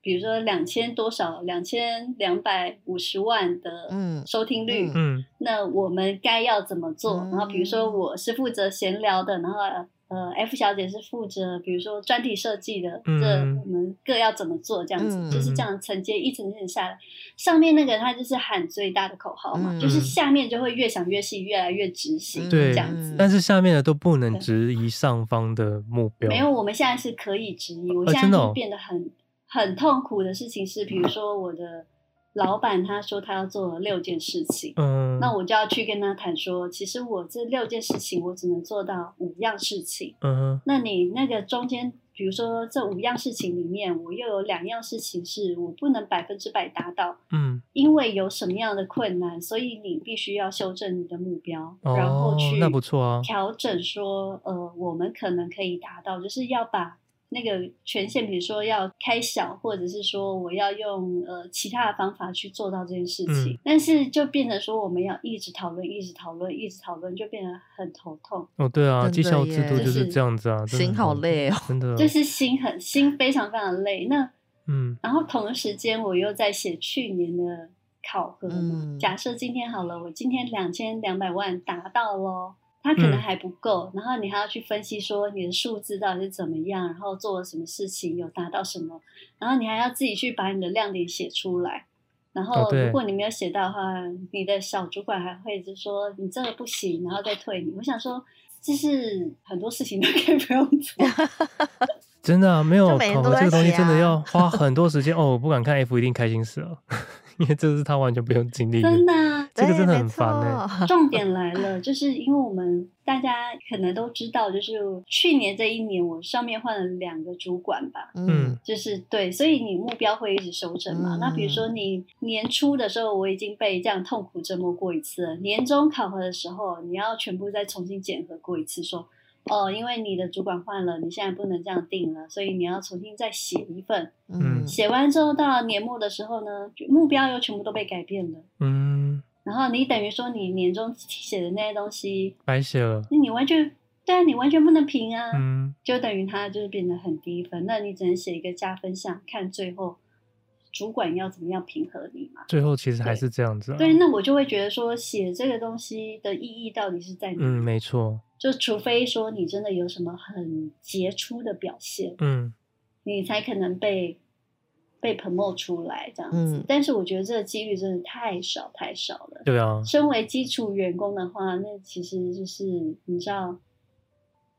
[SPEAKER 6] 比如说两千多少，两千两百五十万的 [laughs]
[SPEAKER 5] 嗯
[SPEAKER 6] 收听率，
[SPEAKER 5] 嗯
[SPEAKER 3] 嗯
[SPEAKER 6] 那我们该要怎么做？然后比如说
[SPEAKER 5] 嗯
[SPEAKER 6] 我是负责闲聊的，然后呃呃 F 小姐是负责比如说专题设计的，
[SPEAKER 3] 嗯
[SPEAKER 6] 这我们各要怎么做？这样子、
[SPEAKER 5] 嗯
[SPEAKER 6] 就是这样承接一层层下来，上面那个他就是喊最大的口号嘛，
[SPEAKER 5] 嗯
[SPEAKER 6] 就是下面就会越想越细，越来越执行，
[SPEAKER 3] 对
[SPEAKER 6] 这样子。
[SPEAKER 3] 但是下面的都不能质疑上方的目标，
[SPEAKER 6] 没有，我们现在是可以质疑。我
[SPEAKER 3] 哦
[SPEAKER 6] 现在
[SPEAKER 3] 真的哦
[SPEAKER 6] 就变得很、很痛苦的事情是，比如说我的老板他说他要做六件事情，
[SPEAKER 3] 嗯，
[SPEAKER 6] 那我就要去跟他谈说，其实我这六件事情，我只能做到五样事情。
[SPEAKER 3] 嗯
[SPEAKER 6] 那你那个中间，比如说这五样事情里面，我又有两样事情是我不能百分之百达到，
[SPEAKER 3] 嗯，
[SPEAKER 6] 因为有什么样的困难，所以你必须要修正你的目标，
[SPEAKER 3] 哦
[SPEAKER 6] 然后去
[SPEAKER 3] 那不错啊
[SPEAKER 6] 调整说，呃，我们可能可以达到，就是要把那个权限，比如说要开小，或者是说我要用呃其他的方法去做到这件事情，
[SPEAKER 3] 嗯
[SPEAKER 6] 但是就变成说我们要一直讨论，一直讨论，一直讨论，就变得很头痛，
[SPEAKER 3] 哦对啊，
[SPEAKER 5] 真的
[SPEAKER 3] 绩效制度
[SPEAKER 5] 耶
[SPEAKER 3] 就是这样子啊，
[SPEAKER 5] 就是
[SPEAKER 3] 真的
[SPEAKER 5] 心好累哦
[SPEAKER 3] 真的，
[SPEAKER 6] 就是心很心非常非常累。那
[SPEAKER 3] 嗯
[SPEAKER 6] 然后同时间我又在写去年的考核嘛。
[SPEAKER 5] 嗯
[SPEAKER 6] 假设今天好了，我今天两千两百万达到咯，它可能
[SPEAKER 3] 嗯
[SPEAKER 6] 还不够，然后你还要去分析说你的数字到底是怎么样，然后做了什么事情，有达到什么，然后你还要自己去把你的亮点写出来。然
[SPEAKER 3] 哦
[SPEAKER 6] 后，
[SPEAKER 3] 对
[SPEAKER 6] 如果你没有写到的话，你的小主管还会就说你这个不行，然后再退你。我想说，就是很多事情都可以不用做，
[SPEAKER 3] 真的啊，没有
[SPEAKER 5] 就每天
[SPEAKER 3] 考
[SPEAKER 5] 都
[SPEAKER 3] 核
[SPEAKER 5] 在
[SPEAKER 3] 这个东西
[SPEAKER 5] 写啊
[SPEAKER 3] 真的要花
[SPEAKER 5] [laughs]
[SPEAKER 3] 很多时间哦，我不敢看 F 一定开心死了，因为这是他完全不用经历的，
[SPEAKER 6] 真的欸啊、
[SPEAKER 3] 这个
[SPEAKER 5] 对
[SPEAKER 3] 真的
[SPEAKER 5] 没
[SPEAKER 3] 很烦哎、
[SPEAKER 5] [laughs] 错
[SPEAKER 6] 重点来了，就是因为我们大家可能都知道，就是去年这一年我上面换了两个主管吧，
[SPEAKER 5] 嗯
[SPEAKER 6] 就是对，所以你目标会一直修正嘛。
[SPEAKER 5] 嗯
[SPEAKER 6] 那比如说你年初的时候，我已经被这样痛苦折磨过一次了；年终考核的时候，你要全部再重新检核过一次，说哦，因为你的主管换了，你现在不能这样定了，所以你要重新再写一份。
[SPEAKER 3] 嗯
[SPEAKER 6] 写完之后，到了年末的时候呢，目标又全部都被改变了。
[SPEAKER 3] 嗯，
[SPEAKER 6] 然后你等于说你年终写的那些东西，
[SPEAKER 3] 白写了，
[SPEAKER 6] 那你完全对啊，你完全不能评啊，
[SPEAKER 3] 嗯
[SPEAKER 6] 就等于它就是变得很低分。那你只能写一个加分项，看最后主管要怎么样评核你嘛。
[SPEAKER 3] 最后其实还是这样子啊，
[SPEAKER 6] 对，那我就会觉得说写这个东西的意义到底是在哪？
[SPEAKER 3] 嗯没错，
[SPEAKER 6] 就除非说你真的有什么很杰出的表现，
[SPEAKER 3] 嗯
[SPEAKER 6] 你才可能被被 promote 出来这样子。
[SPEAKER 5] 嗯
[SPEAKER 6] 但是我觉得这个几率真的太少太少了。
[SPEAKER 3] 对啊，
[SPEAKER 6] 身为基础员工的话，那其实就是你知道，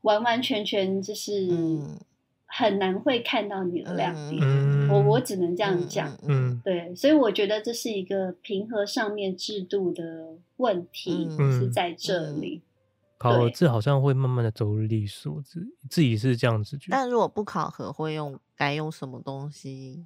[SPEAKER 6] 完完全全就是
[SPEAKER 5] 嗯
[SPEAKER 6] 很难会看到你的亮点。
[SPEAKER 3] 嗯
[SPEAKER 6] 我我只能这样讲，
[SPEAKER 3] 嗯
[SPEAKER 6] 对，所以我觉得这是一个平和上面制度的问题、
[SPEAKER 5] 嗯
[SPEAKER 6] 是在这里。
[SPEAKER 3] 考核
[SPEAKER 6] 对
[SPEAKER 3] 制好像会慢慢的走入历史，我自自己是这样子觉得。
[SPEAKER 5] 但如果不考核，会用该用什么东西？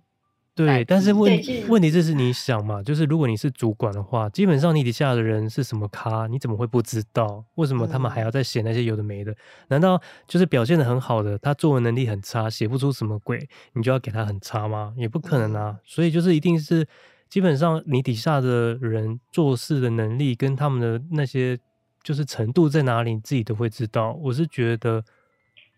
[SPEAKER 3] 对，
[SPEAKER 5] 代
[SPEAKER 3] 但是
[SPEAKER 5] 替
[SPEAKER 3] 问
[SPEAKER 6] 对就是
[SPEAKER 3] 问题就是你想嘛，就是如果你是主管的话，基本上你底下的人是什么咖，你怎么会不知道？为什么他们还
[SPEAKER 5] 嗯
[SPEAKER 3] 要再写那些有的没的？难道就是表现的很好的，他作文能力很差，写不出什么鬼，你就要给他很差吗？也不可能
[SPEAKER 6] 嗯
[SPEAKER 3] 啊。所以就是一定是基本上你底下的人做事的能力跟他们的那些就是程度在哪里，你自己都会知道。我是觉得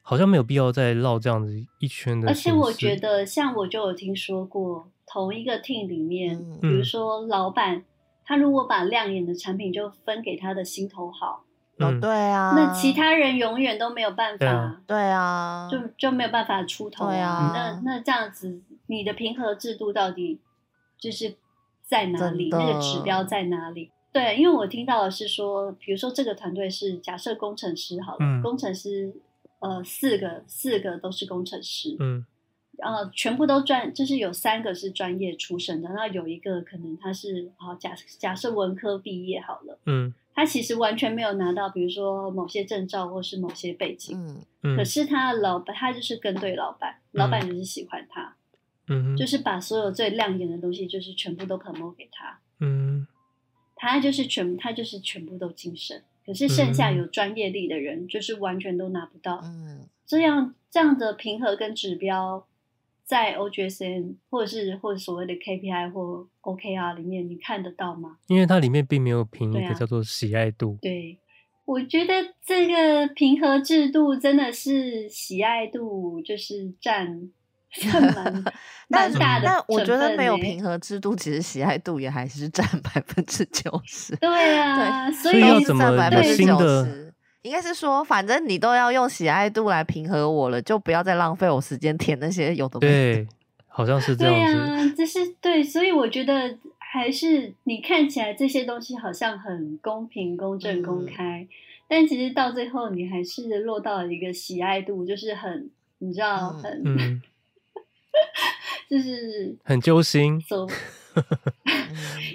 [SPEAKER 3] 好像没有必要再绕这样子一圈的
[SPEAKER 6] 而
[SPEAKER 3] 形
[SPEAKER 6] 且
[SPEAKER 3] 式。
[SPEAKER 6] 我觉得，像我就有听说过，同一个 team 里面，
[SPEAKER 5] 嗯
[SPEAKER 6] 比如
[SPEAKER 3] 嗯
[SPEAKER 6] 说老板，他如果把亮眼的产品就分给他的心头好，
[SPEAKER 5] 哦，
[SPEAKER 3] 嗯
[SPEAKER 5] 对啊，
[SPEAKER 6] 那其他人永远都没有办法。
[SPEAKER 3] 对啊
[SPEAKER 5] 对啊，
[SPEAKER 6] 就就没有办法出头
[SPEAKER 5] 对啊
[SPEAKER 6] 那那这样子，你的平和制度到底就是在哪里？
[SPEAKER 5] 真的
[SPEAKER 6] 那个指标在哪里？对，因为我听到的是说，比如说这个团队是假设工程师好了，
[SPEAKER 3] 嗯
[SPEAKER 6] 工程师呃四个四个都是工程师，
[SPEAKER 3] 嗯
[SPEAKER 6] 然后全部都专，就是有三个是专业出身的，那有一个可能他是好假假设文科毕业好了，
[SPEAKER 3] 嗯
[SPEAKER 6] 他其实完全没有拿到，比如说某些证照或是某些背景，
[SPEAKER 5] 嗯
[SPEAKER 3] 嗯，
[SPEAKER 6] 可是他的老板，他就是跟对老板，
[SPEAKER 3] 嗯
[SPEAKER 6] 老板就是喜欢他，
[SPEAKER 3] 嗯哼
[SPEAKER 6] 就是把所有最亮眼的东西，就是全部都 promote 给他，
[SPEAKER 3] 嗯
[SPEAKER 6] 他就是全，他就是全部都精神。可是剩下
[SPEAKER 3] 嗯
[SPEAKER 6] 有专业力的人，就是完全都拿不到。
[SPEAKER 5] 嗯
[SPEAKER 6] 这样这样的平和跟指标，在 OGSN 或者是或者所谓的 KPI 或 OKR 里面，你看得到吗？
[SPEAKER 3] 因为它里面并没有评
[SPEAKER 6] 对
[SPEAKER 3] 一
[SPEAKER 6] 啊
[SPEAKER 3] 个叫做喜爱度，
[SPEAKER 6] 对，我觉得这个平和制度真的是喜爱度就是
[SPEAKER 5] [laughs]
[SPEAKER 6] 占占蛮蛮
[SPEAKER 5] 但
[SPEAKER 6] 大的
[SPEAKER 5] 但我
[SPEAKER 6] 成
[SPEAKER 5] 觉得
[SPEAKER 6] 分
[SPEAKER 5] 没有
[SPEAKER 6] 呢
[SPEAKER 5] 平和制度，其实喜爱度也还是占 [laughs] 百分之九十。
[SPEAKER 6] 对啊，所
[SPEAKER 3] 所以要
[SPEAKER 6] 以
[SPEAKER 3] 怎么
[SPEAKER 5] 百
[SPEAKER 6] 有
[SPEAKER 5] 分之
[SPEAKER 6] 新
[SPEAKER 5] 九
[SPEAKER 3] 的
[SPEAKER 5] 十？应该是说，反正你都要用喜爱度来平和我了，就不要再浪费我时间填那些有的没的。
[SPEAKER 3] 对，好像是这
[SPEAKER 6] 对
[SPEAKER 3] 样子。
[SPEAKER 6] 啊，这是对，所以我觉得还是你看起来这些东西好像很公平、公正、公
[SPEAKER 5] 嗯
[SPEAKER 6] 开，但其实到最后你还是落到了一个喜爱度，就是很你知道
[SPEAKER 5] 嗯
[SPEAKER 6] 很、
[SPEAKER 3] 嗯，
[SPEAKER 6] 就是
[SPEAKER 3] 很揪心。
[SPEAKER 6] 走
[SPEAKER 5] 嗯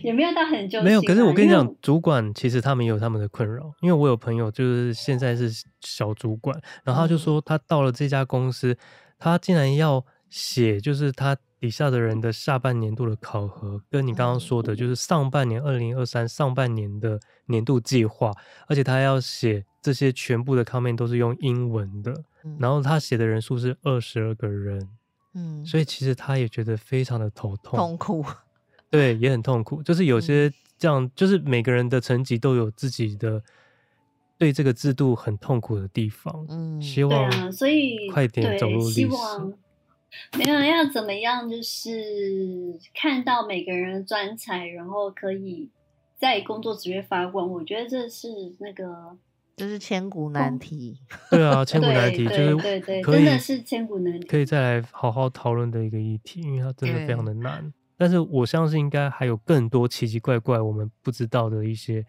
[SPEAKER 6] 也没有到很揪心啊、
[SPEAKER 3] 没有，可是我跟你
[SPEAKER 6] 因
[SPEAKER 3] 讲
[SPEAKER 6] 为，
[SPEAKER 3] 主管其实他们也有他们的困扰，因为我有朋友就是现在是小主管，然后他就说他到了这家公司，他竟然要写就是他底下的人的下半年度的考核，跟你刚刚
[SPEAKER 5] 嗯
[SPEAKER 3] 说的就是上半年二零二三上半年的年度计划，而且他要写这些全部的 comment 都是用英文的，
[SPEAKER 5] 嗯
[SPEAKER 3] 然后他写的人数是二十二个人，
[SPEAKER 5] 嗯，
[SPEAKER 3] 所以其实他也觉得非常的头痛。
[SPEAKER 5] 痛苦。
[SPEAKER 3] 对，也很痛苦。就是
[SPEAKER 6] 嗯
[SPEAKER 3] 有些这样，就是每个人的层级都有自己的对这个制度很痛苦的地方。
[SPEAKER 5] 嗯，
[SPEAKER 3] 希
[SPEAKER 6] 对
[SPEAKER 3] 望
[SPEAKER 6] 啊，所以
[SPEAKER 3] 哦快点走
[SPEAKER 6] 对
[SPEAKER 3] 入
[SPEAKER 6] 希
[SPEAKER 3] 历史。
[SPEAKER 6] 望没有要怎么样，就是看到每个人的专才，然后可以在工作职业发光。我觉得这是那个
[SPEAKER 5] 就是千古难题。
[SPEAKER 3] 对
[SPEAKER 6] [laughs]
[SPEAKER 3] 啊，千古难
[SPEAKER 6] 对
[SPEAKER 3] 题就
[SPEAKER 6] 对
[SPEAKER 3] 是
[SPEAKER 6] 对对
[SPEAKER 3] 可
[SPEAKER 6] 真
[SPEAKER 3] 以
[SPEAKER 6] 的是千古难题
[SPEAKER 3] 可以再来好好讨论的一个议题，因为它真的非常的难。但是我相信应该还有更多奇奇怪怪我们不知道的一些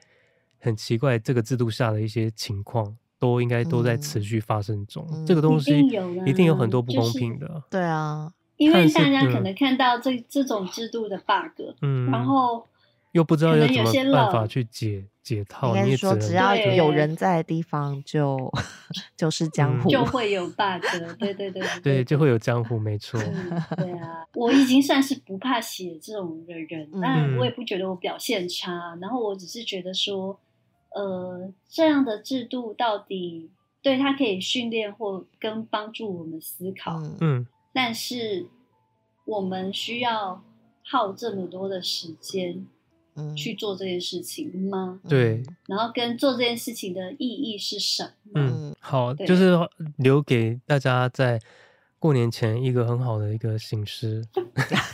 [SPEAKER 3] 很奇怪这个制度下的一些情况，都应该都在持
[SPEAKER 5] 嗯
[SPEAKER 3] 续发生中。
[SPEAKER 5] 嗯
[SPEAKER 3] 这个东
[SPEAKER 6] 一
[SPEAKER 3] 西
[SPEAKER 6] 定有啦
[SPEAKER 3] 一定有很多不
[SPEAKER 6] 就
[SPEAKER 3] 公
[SPEAKER 6] 是
[SPEAKER 3] 平的。
[SPEAKER 5] 对啊，
[SPEAKER 6] 因为
[SPEAKER 3] 看似
[SPEAKER 6] 大家
[SPEAKER 3] 嗯
[SPEAKER 6] 可能看到这这种制度的 bug，
[SPEAKER 3] 嗯，
[SPEAKER 6] 然后
[SPEAKER 3] 又不知道
[SPEAKER 6] 可
[SPEAKER 3] 要
[SPEAKER 6] 能
[SPEAKER 3] 怎
[SPEAKER 6] 有
[SPEAKER 3] 么
[SPEAKER 6] 些
[SPEAKER 3] 办法
[SPEAKER 6] 漏
[SPEAKER 3] 去解解
[SPEAKER 5] 应
[SPEAKER 3] 套，
[SPEAKER 5] 该
[SPEAKER 3] 哦你
[SPEAKER 5] 是
[SPEAKER 3] 也只
[SPEAKER 5] 说
[SPEAKER 3] 能
[SPEAKER 5] 只要
[SPEAKER 6] 对
[SPEAKER 5] 有人在的地方就 [laughs] 就是江
[SPEAKER 3] 嗯
[SPEAKER 5] 湖。
[SPEAKER 6] 就会有 bug。对对对
[SPEAKER 3] [laughs] 对，
[SPEAKER 5] 嗯
[SPEAKER 3] 就会有江湖，没错。
[SPEAKER 6] 嗯，对啊，我已经算是不怕写这种的人，
[SPEAKER 5] 嗯
[SPEAKER 6] 但我也不觉得我表现差。然后我只是觉得说，呃，这样的制度到底对它可以训练或跟帮助我们思考，
[SPEAKER 5] 嗯
[SPEAKER 3] 嗯，
[SPEAKER 6] 但是我们需要耗这么多的时间
[SPEAKER 5] 嗯
[SPEAKER 6] 去做这件事情吗？
[SPEAKER 3] 对，
[SPEAKER 6] 然后跟做这件事情的意义是什么？
[SPEAKER 3] 嗯
[SPEAKER 5] 嗯，
[SPEAKER 3] 好，
[SPEAKER 6] 对
[SPEAKER 3] 就是留给大家在过年前一个很好的一个醒思。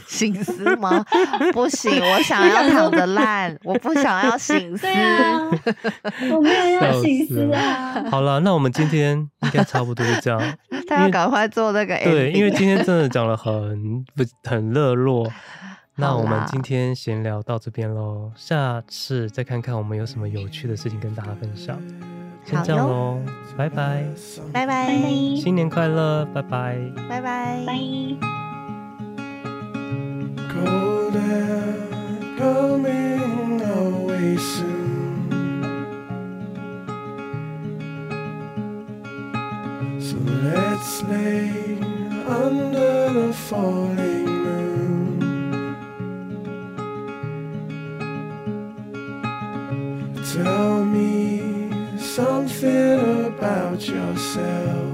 [SPEAKER 5] 醒思吗？ [laughs] 不行，我想要躺着烂，我不想要醒思
[SPEAKER 6] 对。啊，我没有要心思啊。
[SPEAKER 3] [laughs] 好了，那我们今天应该差不多就
[SPEAKER 5] [laughs]
[SPEAKER 3] 这样。
[SPEAKER 5] 他要赶快做那个 ending。
[SPEAKER 3] 对，因为今天真
[SPEAKER 5] [laughs]
[SPEAKER 3] 的讲了很不很热络。那
[SPEAKER 5] 好
[SPEAKER 3] 我们
[SPEAKER 5] 啦
[SPEAKER 3] 今天闲聊到这边喽，下次再看看我们有什么有趣的事情跟大家分享。先
[SPEAKER 5] 好
[SPEAKER 3] 这样
[SPEAKER 5] 哟
[SPEAKER 3] 喽，拜拜，
[SPEAKER 5] 拜拜，
[SPEAKER 3] 新年快乐，拜拜。
[SPEAKER 5] 拜拜，
[SPEAKER 6] 拜。
[SPEAKER 7] colder coming away soon. So let's lay under the falling moon. Tell me something about yourself.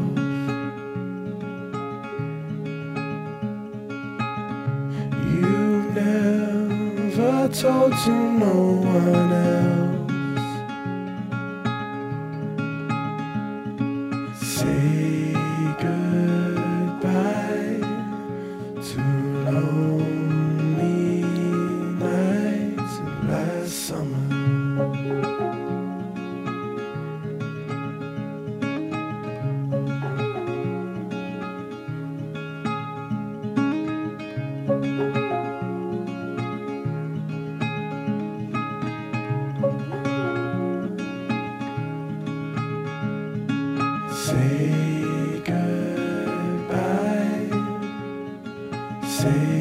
[SPEAKER 7] You never told to no one else. Say goodbye to lonely nights of last summer. Say goodbye. Say